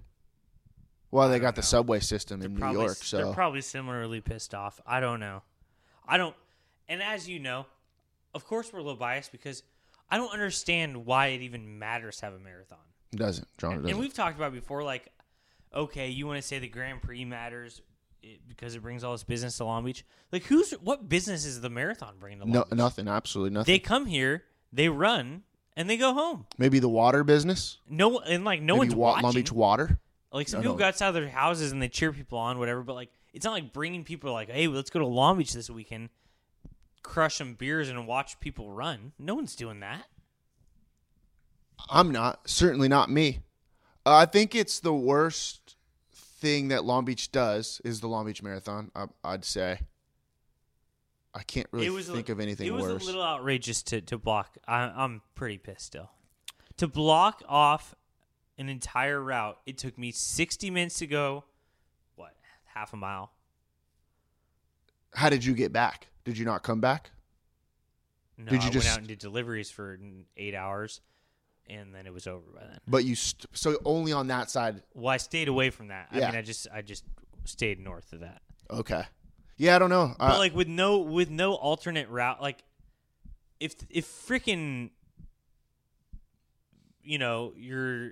S2: Well, they got the subway system in New
S3: probably-
S2: York, so
S3: they're probably similarly pissed off. I don't know. I don't. And as you know, of course, we're a little biased because I don't understand why it even matters to have a marathon.
S2: it doesn't John? It doesn't.
S3: And we've talked about before, like, okay, you want to say the Grand Prix matters it- because it brings all this business to Long Beach. Like, who's what business is the marathon bringing to Long
S2: no,
S3: Beach?
S2: nothing, absolutely nothing.
S3: They come here, they run, and they go home.
S2: Maybe the water business.
S3: No, and like no
S2: Maybe
S3: one's
S2: wa-
S3: watching.
S2: Long Beach water.
S3: Like some
S2: No,
S3: people
S2: no.
S3: go outside of their houses and they cheer people on, whatever. But like, it's not like bringing people like, hey, let's go to Long Beach this weekend, crush some beers and watch people run. No one's doing that.
S2: I'm not. Certainly not me. Uh, I think it's the worst thing that Long Beach does is the Long Beach Marathon. I, I'd say. I can't really
S3: it was a-
S2: think of anything
S3: It was
S2: worse.
S3: a little outrageous to to block. I, I'm pretty pissed still. To block off an entire route, it took me 60 minutes to go. What half a mile?
S2: How did you get back? Did you not come back?
S3: No,
S2: Did you
S3: I
S2: just-
S3: went out and did deliveries for eight hours, and then it was over by then.
S2: But you st- so only on that side.
S3: Well, I stayed away from that. I
S2: Yeah.
S3: mean, I just I just stayed north of that.
S2: Okay. Yeah, I don't know. Uh,
S3: But
S2: I-
S3: like with no with no alternate route, like if if freaking you know your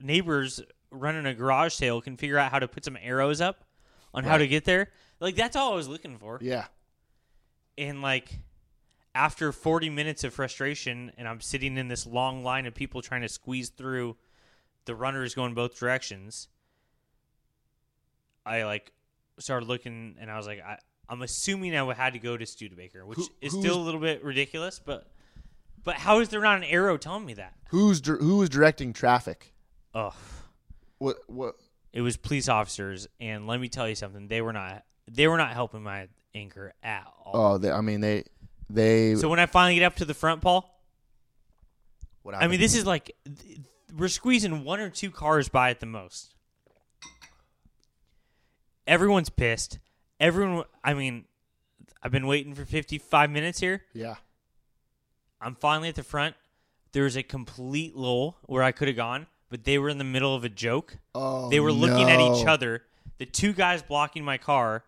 S3: neighbors running a garage sale can figure out how to put some arrows up on how to get there, like that's all I was looking for.
S2: yeah.
S3: And like after 40 minutes of frustration, and I'm sitting in this long line of people trying to squeeze through, the runners going both directions. I like started looking, and I was like, I, I'm assuming I would had to go to Studebaker, which
S2: Who-
S3: is
S2: who's-
S3: still a little bit ridiculous, but but how is there not an arrow telling me that?
S2: Who's dir- who was directing traffic?
S3: Ugh,
S2: What what?
S3: it was police officers, and let me tell you something, they were not they were not helping my anchor at all.
S2: Oh, they, I mean they they.
S3: So when I finally get up to the front, Paul,
S2: what
S3: I mean,
S2: happened?
S3: this is like th- we're squeezing one or two cars by at the most. Everyone's pissed. Everyone, I mean, I've been waiting for 55 minutes here.
S2: Yeah.
S3: I'm finally at the front. There was a complete lull where I could have gone, but they were in the middle of a joke.
S2: Oh,
S3: they were looking at each
S2: no.
S3: other. The two guys blocking my car,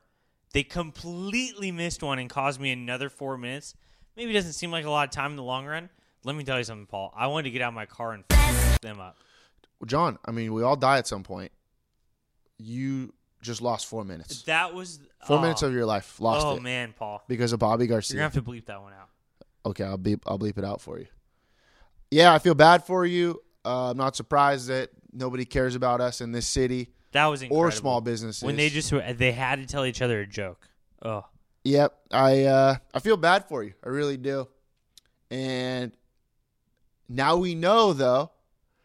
S3: they completely missed one and caused me another four minutes. Maybe it doesn't seem like a lot of time in the long run. Let me tell you something, Paul. I wanted to get out of my car and f- them up.
S2: Well, John, I mean, we all die at some point. You just lost four minutes.
S3: That was
S2: Four
S3: oh.
S2: minutes of your life lost
S3: Oh
S2: it
S3: man, Paul,
S2: because of Bobby
S3: you're
S2: Garcia.
S3: gonna have to bleep that one out.
S2: okay, I'll bleep, I'll bleep it out for you. Yeah, I feel bad for you. Uh, I'm not surprised that nobody cares about us in this city
S3: That was incredible.
S2: or small businesses.
S3: when they just they had to tell each other a joke. Oh,
S2: Yep, I uh, I feel bad for you. I really do. And now we know though,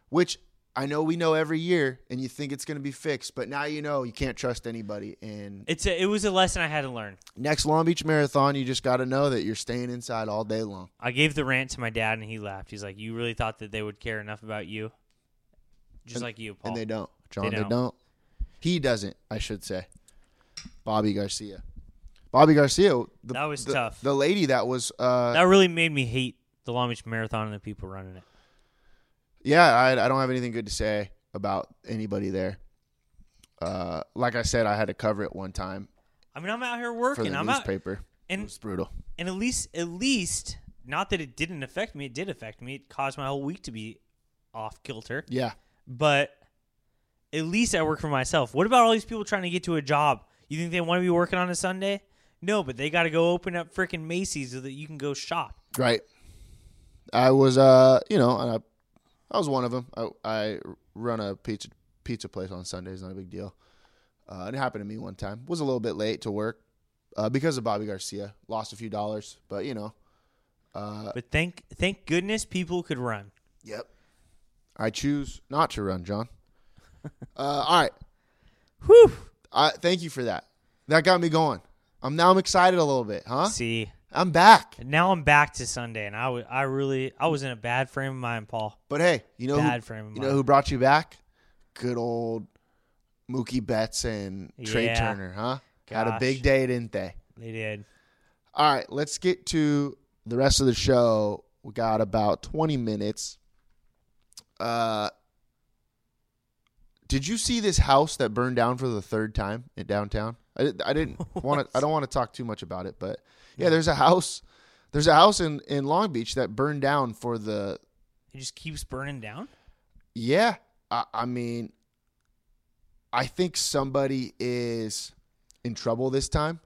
S2: which I know we know every year, and you think it's going to be fixed, but now you know you can't trust anybody. And
S3: it's a, it was a lesson I had to learn.
S2: next Long Beach Marathon, you just got to know that you're staying inside all day long.
S3: I gave the rant to my dad and he laughed. He's like, "You really thought that they would care enough about you, just like you, Paul."
S2: And they don't. John, they don't.
S3: Oh, don't.
S2: He doesn't, I should say. Bobby Garcia. Bobby Garcia. The,
S3: That was
S2: the-
S3: tough.
S2: The lady that was. Uh,
S3: That really made me hate the Long Beach Marathon and the people running it.
S2: yeah, I, I don't have anything good to say about anybody there. Uh, like I said, I had to cover it one time
S3: I mean, I'm out here
S2: for
S3: working.
S2: the
S3: I'm out,
S2: newspaper.
S3: and-
S2: it was brutal.
S3: and at least at least not that it didn't affect me. It did affect me. It caused my whole week to be off kilter.
S2: Yeah.
S3: but at least I work for myself. What about all these people trying to get to a job? You think they want to be working on a Sunday? No, but they got to go open up freaking Macy's so that you can go shop.
S2: Right. I was, uh, you know, and I, I was one of them. I, I run a pizza pizza place on Sundays. Not a big deal. Uh, it happened to me one time. Was a little bit late to work uh, because of Bobby Garcia. Lost a few dollars, but you know. Uh.
S3: but thank thank goodness people could run.
S2: Yep. I choose not to run, John. uh, all right.
S3: Whew.
S2: I thank you for that. That got me going. I'm now I'm excited a little bit, huh?
S3: See,
S2: I'm back.
S3: now I'm back to Sunday, and I wa- I really I was in a bad frame of mind, Paul.
S2: But hey, you know
S3: Bad
S2: who,
S3: frame of
S2: you know
S3: mind.
S2: who brought you back? Good old Mookie Betts and Trey
S3: Yeah.
S2: Turner, huh? Had a
S3: Gosh.
S2: big day, didn't they?
S3: They did.
S2: All right, let's get to the rest of the show. We got about 20 minutes. Uh Did you see this house that burned down for the third time in downtown? I, did- I didn't want to I don't want to talk too much about it, but yeah, there's a house there's a house in in Long Beach that burned down for the
S3: It just keeps burning down.
S2: yeah, I, I mean, I think somebody is in trouble this time.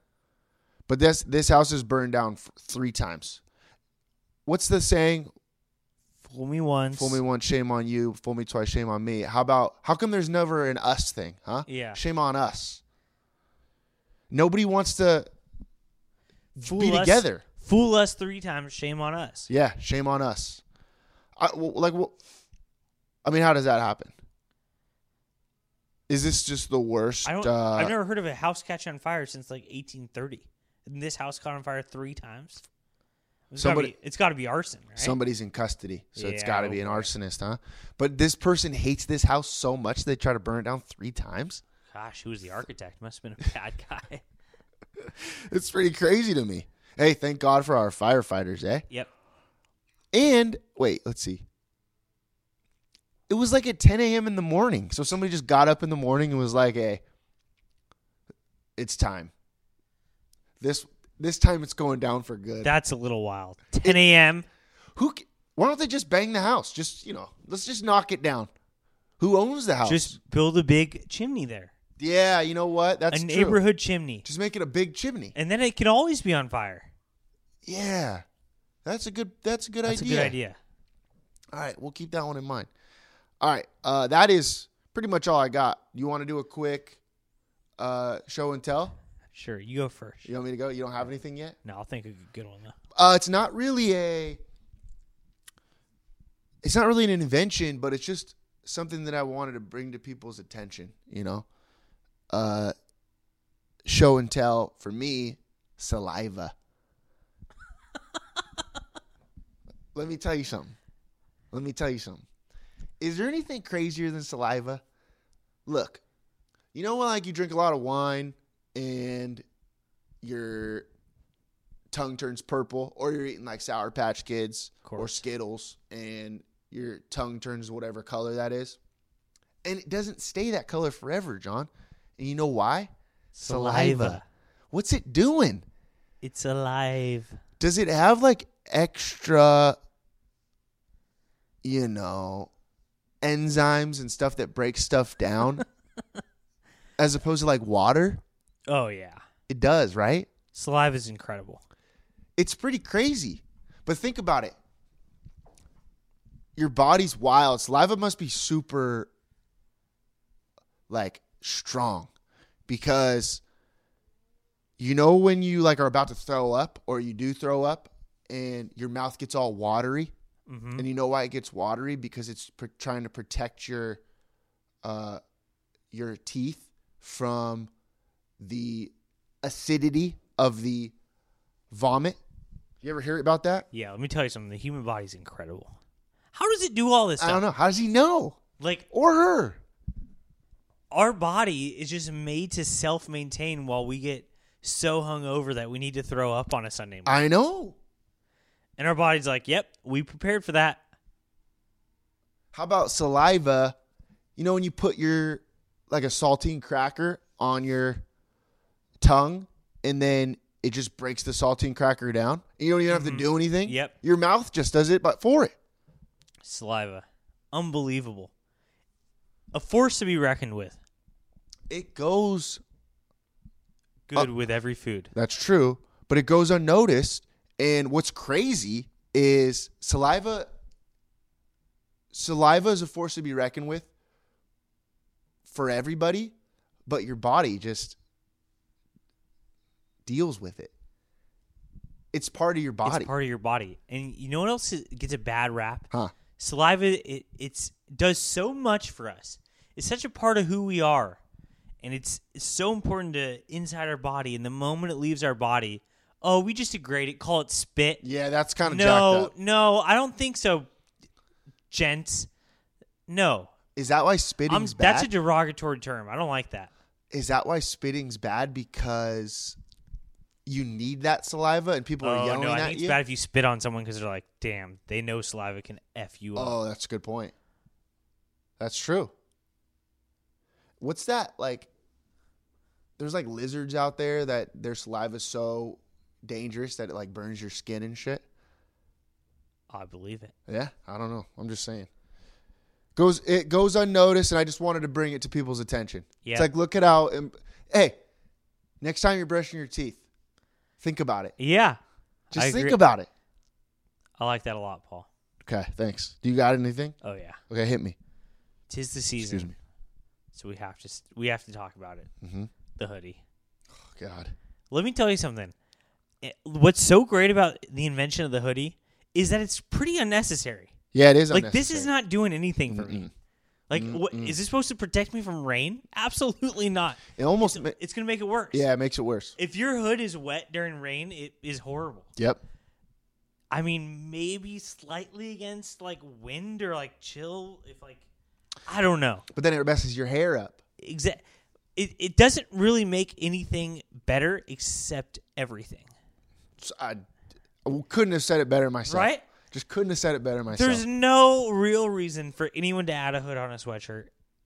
S2: But this this house is burned down f- three times. What's the saying?
S3: Fool me once.
S2: Fool me once, shame on you. Fool me twice, shame on me. How about how come there's never an us thing, huh?
S3: Yeah.
S2: Shame on us. Nobody wants to
S3: Fool
S2: be
S3: us-
S2: together.
S3: Fool us three times. Shame on us.
S2: Yeah, shame on us. I, well, like, well, I mean, how does that happen? Is this just the worst?
S3: I don't.
S2: uh,
S3: I've never heard of a house catch on fire since like 1830. And this house caught on fire three times. It's
S2: Somebody-
S3: gotta be, it's got to be arson, right?
S2: Somebody's in custody, so it's
S3: Yeah, oh,
S2: got to be an arsonist, huh? But this person hates this house so much they try to burn it down three times.
S3: Gosh, who was the architect? Must have been a bad guy.
S2: It's pretty crazy to me. Hey, thank God for our firefighters, eh?
S3: yep.
S2: And wait, let's see. It was like at 10 a.m. in the morning, so somebody just got up in the morning and was like, "Hey, it's time. This this time it's going down for good."
S3: That's a little wild. 10 a.m.
S2: Who? ca- Why don't they just bang the house? Just you know, let's just knock it down. Who owns the house?
S3: Just build a big chimney there,
S2: Yeah, you know what? That's
S3: a
S2: true.
S3: neighborhood chimney,
S2: Just make it a big chimney.
S3: and then it can always be on fire.
S2: Yeah, that's a good. That's a good
S3: That's
S2: idea.
S3: a good idea.
S2: All right, we'll keep that one in mind. All right, uh, that is pretty much all I got. You want to do a quick uh, show and tell?
S3: Sure, you go first.
S2: You want me to go? You don't have anything yet?
S3: No, I'll think of a good one though.
S2: Uh, it's not really a. It's not really an invention, but it's just something that I wanted to bring to people's attention. You know, uh, show and tell for me, saliva. Let me tell you something. Let me tell you something. Is there anything crazier than saliva? Look, you know when like you drink a lot of wine and your tongue turns purple, or you're eating like Sour Patch Kids or
S3: course.
S2: Skittles and your tongue turns whatever color that is. And it doesn't stay that color forever, John. And you know why?
S3: Saliva.
S2: What's it doing?
S3: It's alive.
S2: Does it have like extra, you know, enzymes and stuff that breaks stuff down as opposed to like water?
S3: Oh yeah,
S2: It does, right?
S3: saliva is incredible.
S2: It's pretty crazy. But think about it. Your body's wild. Saliva must be super like strong because you know when you like are about to throw up or you do throw up and your mouth gets all watery and you know why it gets watery because it's pr- trying to protect your uh your teeth from the acidity of the vomit you ever hear about that
S3: Yeah, let me tell you something. The human body's incredible. How does it do all this
S2: i don't
S3: stuff?
S2: know how does he know
S3: Like
S2: or her
S3: our body is just made to self-maintain while we get so hungover that we need to throw up on a Sunday morning.
S2: i know
S3: and our body's like, "Yep, we prepared for that."
S2: How about saliva? You know when you put your like a saltine cracker on your tongue and then it just breaks the saltine cracker down. You don't even have to do anything.
S3: Mm-hmm. Yep.
S2: Your mouth just does it but for it.
S3: Saliva, unbelievable. A force to be reckoned with.
S2: It goes Uh,
S3: Good with every food.
S2: That's true, but it goes unnoticed. And what's crazy is saliva. Saliva is a force to be reckoned with for everybody, but your body just deals with it. It's part of your body.
S3: It's part of your body. And you know what else is- gets a bad rap?
S2: Huh.
S3: Saliva it it's does so much for us. It's such a part of who we are. And it's, it's so important to inside our body and the moment it leaves our body, oh, we just degrade it, call it spit.
S2: yeah, that's kind of
S3: no,
S2: jacked up.
S3: no, I don't think so, gents. No.
S2: Is that why
S3: I'm,
S2: spitting's bad?
S3: that's a derogatory term. I don't like that.
S2: is that why spitting's bad because you need that saliva and people are
S3: Oh
S2: yelling
S3: no, I
S2: at
S3: think it's
S2: you?
S3: bad if you spit on someone because they're like, "Damn, they know saliva can f you up."
S2: Oh, that's a good point. That's true. What's that like? There's like lizards out there that their saliva is so dangerous that it like burns your skin and shit. Oh.
S3: I believe it.
S2: Yeah, I don't know. I'm just saying. Goes it goes unnoticed, and I just wanted to bring it to people's attention.
S3: Yeah.
S2: It's like look it out and hey, next time you're brushing your teeth, think about it.
S3: Yeah,
S2: Just
S3: I
S2: think
S3: agree.
S2: about it.
S3: I like that a lot, Paul.
S2: Okay, thanks. Do you got anything?
S3: Oh yeah,
S2: Okay, hit me.
S3: tis the season,
S2: Excuse me.
S3: so we have to s- we have to talk about it. Mm-hmm. The hoodie.
S2: Oh, God.
S3: Let me tell you something. It- what's so great about the invention of the hoodie is that it's pretty unnecessary.
S2: Yeah, it is.
S3: Like this is
S2: unnecessary.
S3: not doing anything for me. Like, what, is this supposed to protect me from rain? Absolutely not.
S2: It almost. ma-
S3: It's gonna make it worse.
S2: yeah, it makes it worse.
S3: If your hood is wet during rain, it is horrible.
S2: Yep.
S3: I mean, maybe slightly against like wind or like chill. If like, I don't know.
S2: But then it messes your hair up.
S3: Exact. It it doesn't really make anything better except everything.
S2: So I, I couldn't have said it better myself.
S3: Right?
S2: Just couldn't have said it better myself.
S3: There's no real reason for anyone to add a hood on a sweatshirt,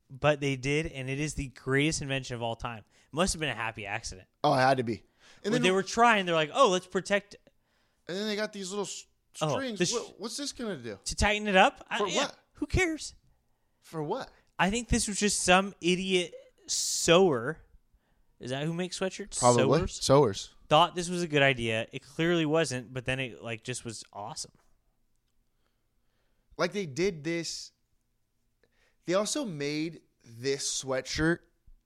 S3: but they did, and it is the greatest invention of all time. Must have been a happy accident.
S2: oh, it had to be. And
S3: When
S2: then
S3: they were trying, they're like, "Oh, let's protect
S2: and then they got these little s-
S3: Oh,
S2: strings.
S3: this-
S2: What- what's this gonna do?
S3: to tighten it up." I-
S2: For
S3: yeah,
S2: what?
S3: Who cares?
S2: For what?
S3: I think this was just some idiot sewer. Is that who makes sweatshirts? Sewers
S2: Sowers.
S3: thought this was a good idea. It clearly wasn't, but then it like just was awesome.
S2: Like they did this. They also made this sweatshirt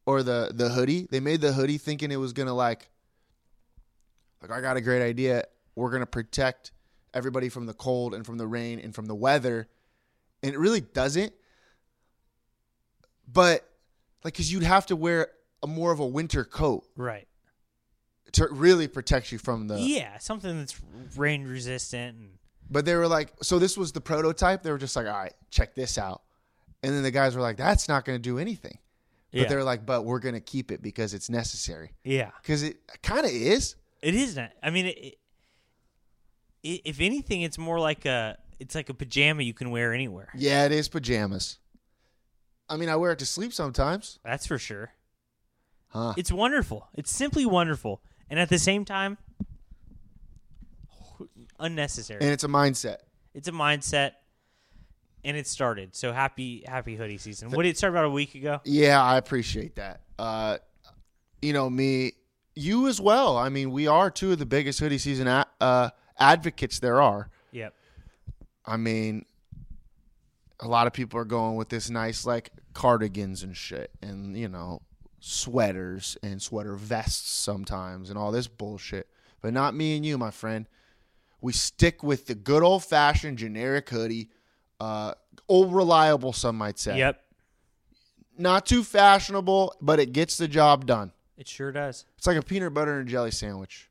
S2: or the the hoodie. They made the hoodie thinking it was gonna like. Like I got a great idea. We're gonna protect everybody from the cold and from the rain and from the weather, and it really doesn't. But like, cause you'd have to wear a more of a winter coat
S3: Right.
S2: to really protect you from the
S3: yeah, something that's rain resistant and
S2: But they were like, so this was the prototype. They were just like, all right, check this out. And then the guys were like, that's not going to do anything. But
S3: yeah.
S2: they were like, but we're going to keep it because it's necessary.
S3: yeah.
S2: Because it kind of is.
S3: It is not. I mean, it, it, if anything, it's more like a it's like a pajama you can wear anywhere.
S2: Yeah, it is pajamas. I mean, I wear it to sleep sometimes.
S3: That's for sure.
S2: Huh.
S3: It's wonderful. It's simply wonderful, and at the same time, unnecessary.
S2: And it's a mindset.
S3: it's a mindset and it started so happy happy hoodie season what did it start about a week ago
S2: Yeah, I appreciate that. Uh, you know me, you as well. I mean, we are two of the biggest hoodie season a- uh, advocates there are.
S3: yep
S2: I mean, a lot of people are going with this nice like cardigans and shit, and you know, sweaters and sweater vests sometimes, and all this bullshit. But not me and you, my friend. We stick with the good old fashioned generic hoodie, uh, old reliable, some might say.
S3: yep
S2: Not too fashionable, but it gets the job done.
S3: it sure does
S2: It's like a peanut butter and jelly sandwich.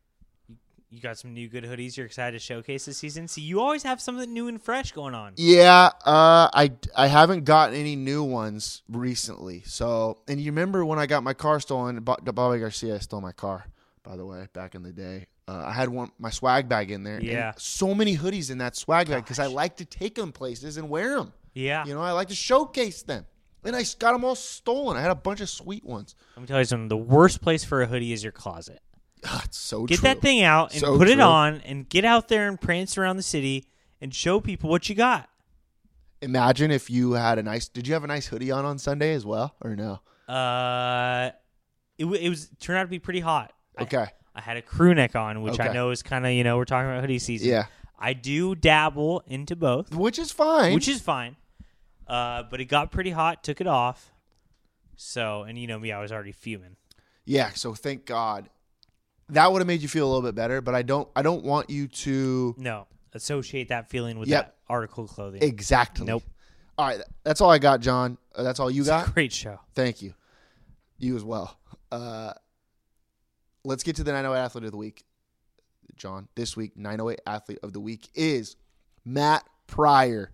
S3: you got some new good hoodies you're excited to showcase this season see you always have something new and fresh going on
S2: Yeah, uh, I I haven't gotten any new ones recently. So, and you remember when I got my car stolen? Bo- Bobby Garcia stole my car, by the way, back in the day. Uh, I had one my swag bag in there. and
S3: Yeah.
S2: so many hoodies in that swag bag because I like to take them places and wear them.
S3: yeah
S2: You know, I like to showcase them. And I s- got them all stolen. I had a bunch of sweet ones.
S3: let me tell you something the worst place for a hoodie is your closet
S2: Ah, it's so
S3: get
S2: true.
S3: that thing out and
S2: So
S3: put it
S2: true.
S3: on and get out there and prance around the city and show people what you got
S2: Imagine if you had a nice. Did you have a nice hoodie on on Sunday as well, or no?
S3: uh it, w- it was turned out to be pretty hot I-
S2: Okay.
S3: I had a crew neck on, which I
S2: Okay.
S3: know is kind of you know we're talking about hoodie season.
S2: Yeah.
S3: I do dabble into both,
S2: Which is fine.
S3: which is fine. Uh, but it got pretty hot, took it off, So, and you know me, I was already fuming.
S2: Yeah, so thank God. That would have made you feel a little bit better, but I don't I don't want you to
S3: No, associate that feeling with
S2: Yep.
S3: that article of clothing.
S2: exactly.
S3: Nope.
S2: All right, that's all I got, John. Uh, that's all you got?
S3: Great show.
S2: Thank you. You as well. Uh, let's get to the 908 athlete of the week. John, this week, 908 athlete of the week is Matt Pryor.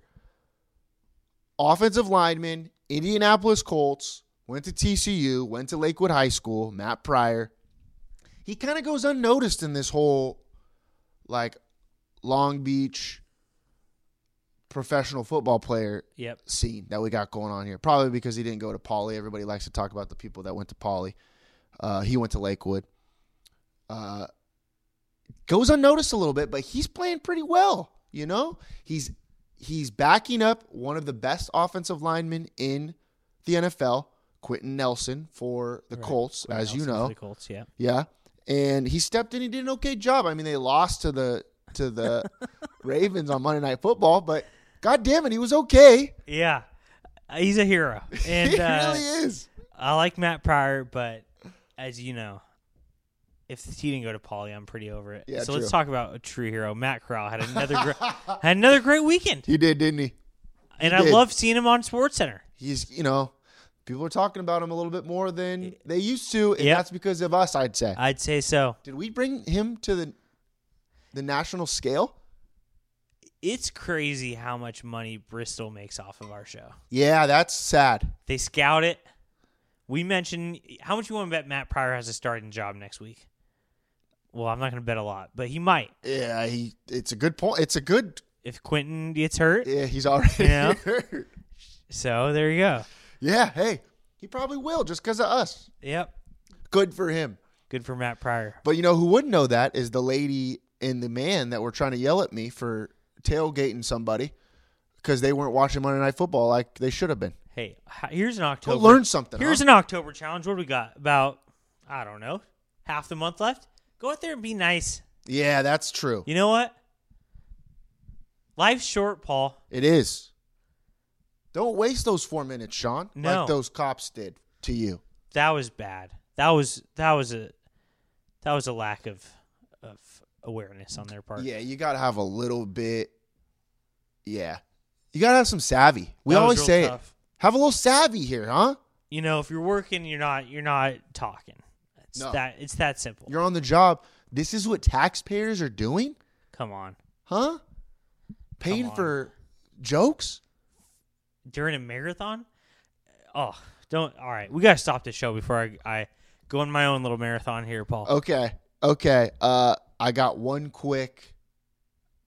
S2: Offensive lineman, Indianapolis Colts, went to TCU, went to Lakewood High School, Matt Pryor. He kind of goes unnoticed in this whole like Long Beach professional football player
S3: Yep.
S2: scene that we got going on here. Probably because he didn't go to Pauley. Everybody likes to talk about the people that went to Pauley. Uh, he went to Lakewood. Uh, goes unnoticed a little bit, but he's playing pretty well. You know, he's he's backing up one of the best offensive linemen in the NFL, Quentin Nelson for the Colts,
S3: Quentin
S2: as you
S3: Nelson for
S2: know.
S3: the Colts. Yeah.
S2: Yeah, and he stepped in. He did an okay job. I mean, they lost to the to the Ravens on Monday Night Football, but God damn it, he was okay.
S3: Yeah. Uh, He's a hero, and
S2: he
S3: uh,
S2: really is.
S3: I like Matt Pryor, but as you know, if he didn't go to Poly, I'm pretty over it.
S2: Yeah,
S3: so
S2: true.
S3: let's talk about a true hero. Matt Corral had another gr- had another great weekend,
S2: He did, didn't he?
S3: and I
S2: did.
S3: love seeing him on Sports Center.
S2: He's, you know, people are talking about him a little bit more than they used to, and
S3: Yeah.
S2: that's because of us, I'd say.
S3: I'd say so.
S2: did we bring him to the the national scale?
S3: It's crazy how much money Bristol makes off of our show.
S2: Yeah, that's sad.
S3: They scout it. We mentioned how much you want to bet Matt Pryor has a starting job next week. Well, I'm not going to bet a lot, but he might
S2: Yeah, he. It's a good point. It's a good.
S3: if Quentin gets hurt.
S2: Yeah, he's already.
S3: Yeah.
S2: hurt.
S3: So there you go.
S2: yeah. Hey, he probably will just because of us.
S3: Yep,
S2: Good for him.
S3: good for Matt Pryor.
S2: But you know who wouldn't know that is the lady and the man that were trying to yell at me for tailgating somebody because they weren't watching Monday Night Football like they should have been.
S3: Hey, h- here's an October.
S2: learn something,
S3: Here's
S2: huh?
S3: an October challenge. What do we got? About I don't know, half the month left. Go out there and be nice.
S2: Yeah, that's true.
S3: You know what? Life's short, Paul.
S2: It is. Don't waste those four minutes, Sean,
S3: No.
S2: like those cops did to you.
S3: That was bad. That was that was a that was a lack of of awareness on their part.
S2: Yeah, you got to have a little bit. Yeah. You got to have some savvy. We
S3: That was
S2: always
S3: real
S2: say
S3: tough.
S2: it. Have a little savvy here, huh?
S3: You know, if you're working, you're not you're not talking. It's
S2: No.
S3: that it's that simple.
S2: You're on the job. This is what taxpayers are doing,
S3: Come on.
S2: huh? Paying
S3: on.
S2: for jokes?
S3: during a marathon. Oh, don't. All right, we gotta stop this show before I, I go on my own little marathon here, Paul.
S2: Okay. Okay. Uh I got one quick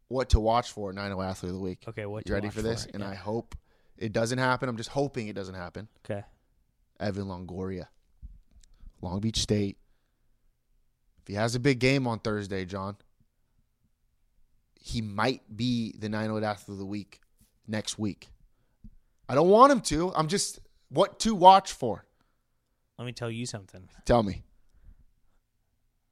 S2: what to watch for 90 athlete of the week.
S3: Okay, what
S2: You
S3: to
S2: ready
S3: watch
S2: for this?
S3: it,
S2: and
S3: yeah.
S2: I hope it doesn't happen. I'm just hoping it doesn't happen.
S3: okay.
S2: Evan Longoria, Long Beach State. If he has a big game on Thursday, John, he might be the 908 athlete of the week next week. I don't want him to. I'm just what to watch for.
S3: Let me tell you something.
S2: Tell me.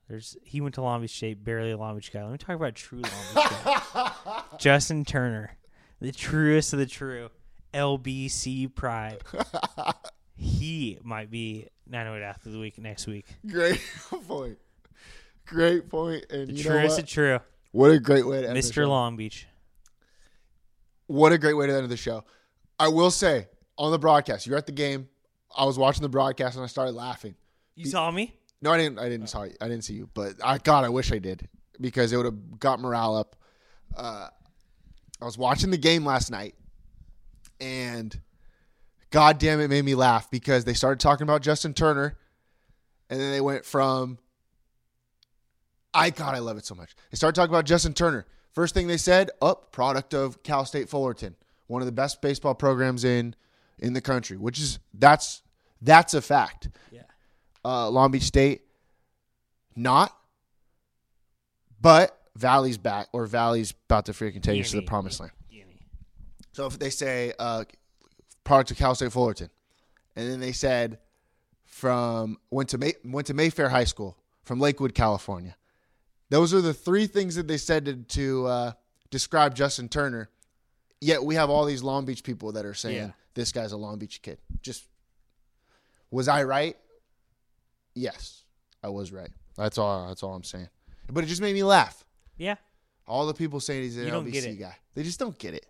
S3: There's he went to Long Beach State, barely a Long Beach guy. Let me talk about a true Long Beach guy. Justin Turner, the truest of the true, LBC pride. he might be 908 athlete of the week next week.
S2: Great point. Great point. And
S3: The
S2: you know
S3: truest
S2: what?
S3: of true,
S2: What a great way to end the
S3: Mr.
S2: show.
S3: Long Beach.
S2: What a great way to end the show. I will say on the broadcast, you're at the game. I was watching the broadcast and I started laughing.
S3: You saw me?
S2: No, I didn't. I didn't saw. You. I didn't see you. But I God, I wish I did because it would have got morale up. Uh, I was watching the game last night, and God damn, it made me laugh because they started talking about Justin Turner, and then they went from. I God, I love it so much. They started talking about Justin Turner. First thing they said, up product of Cal State Fullerton, one of the best baseball programs in in the country, which is that's that's a fact uh, Long Beach State, not. But Valley's back, or Valley's about to freaking take us to the
S3: Gimme.
S2: promised land.
S3: Gimme.
S2: So if they say uh, product of Cal State Fullerton, and then they said from went to May, went to Mayfair High School from Lakewood, California. Those are the three things that they said to, to uh, describe Justin Turner. Yet we have all these Long Beach people that are saying
S3: Yeah.
S2: this guy's a Long Beach kid. Just Was I right? Yes, I was right. That's all. That's all I'm saying. But it just made me laugh.
S3: Yeah.
S2: All the people saying he's an
S3: You don't get
S2: LBC
S3: it.
S2: guy, they just don't get it,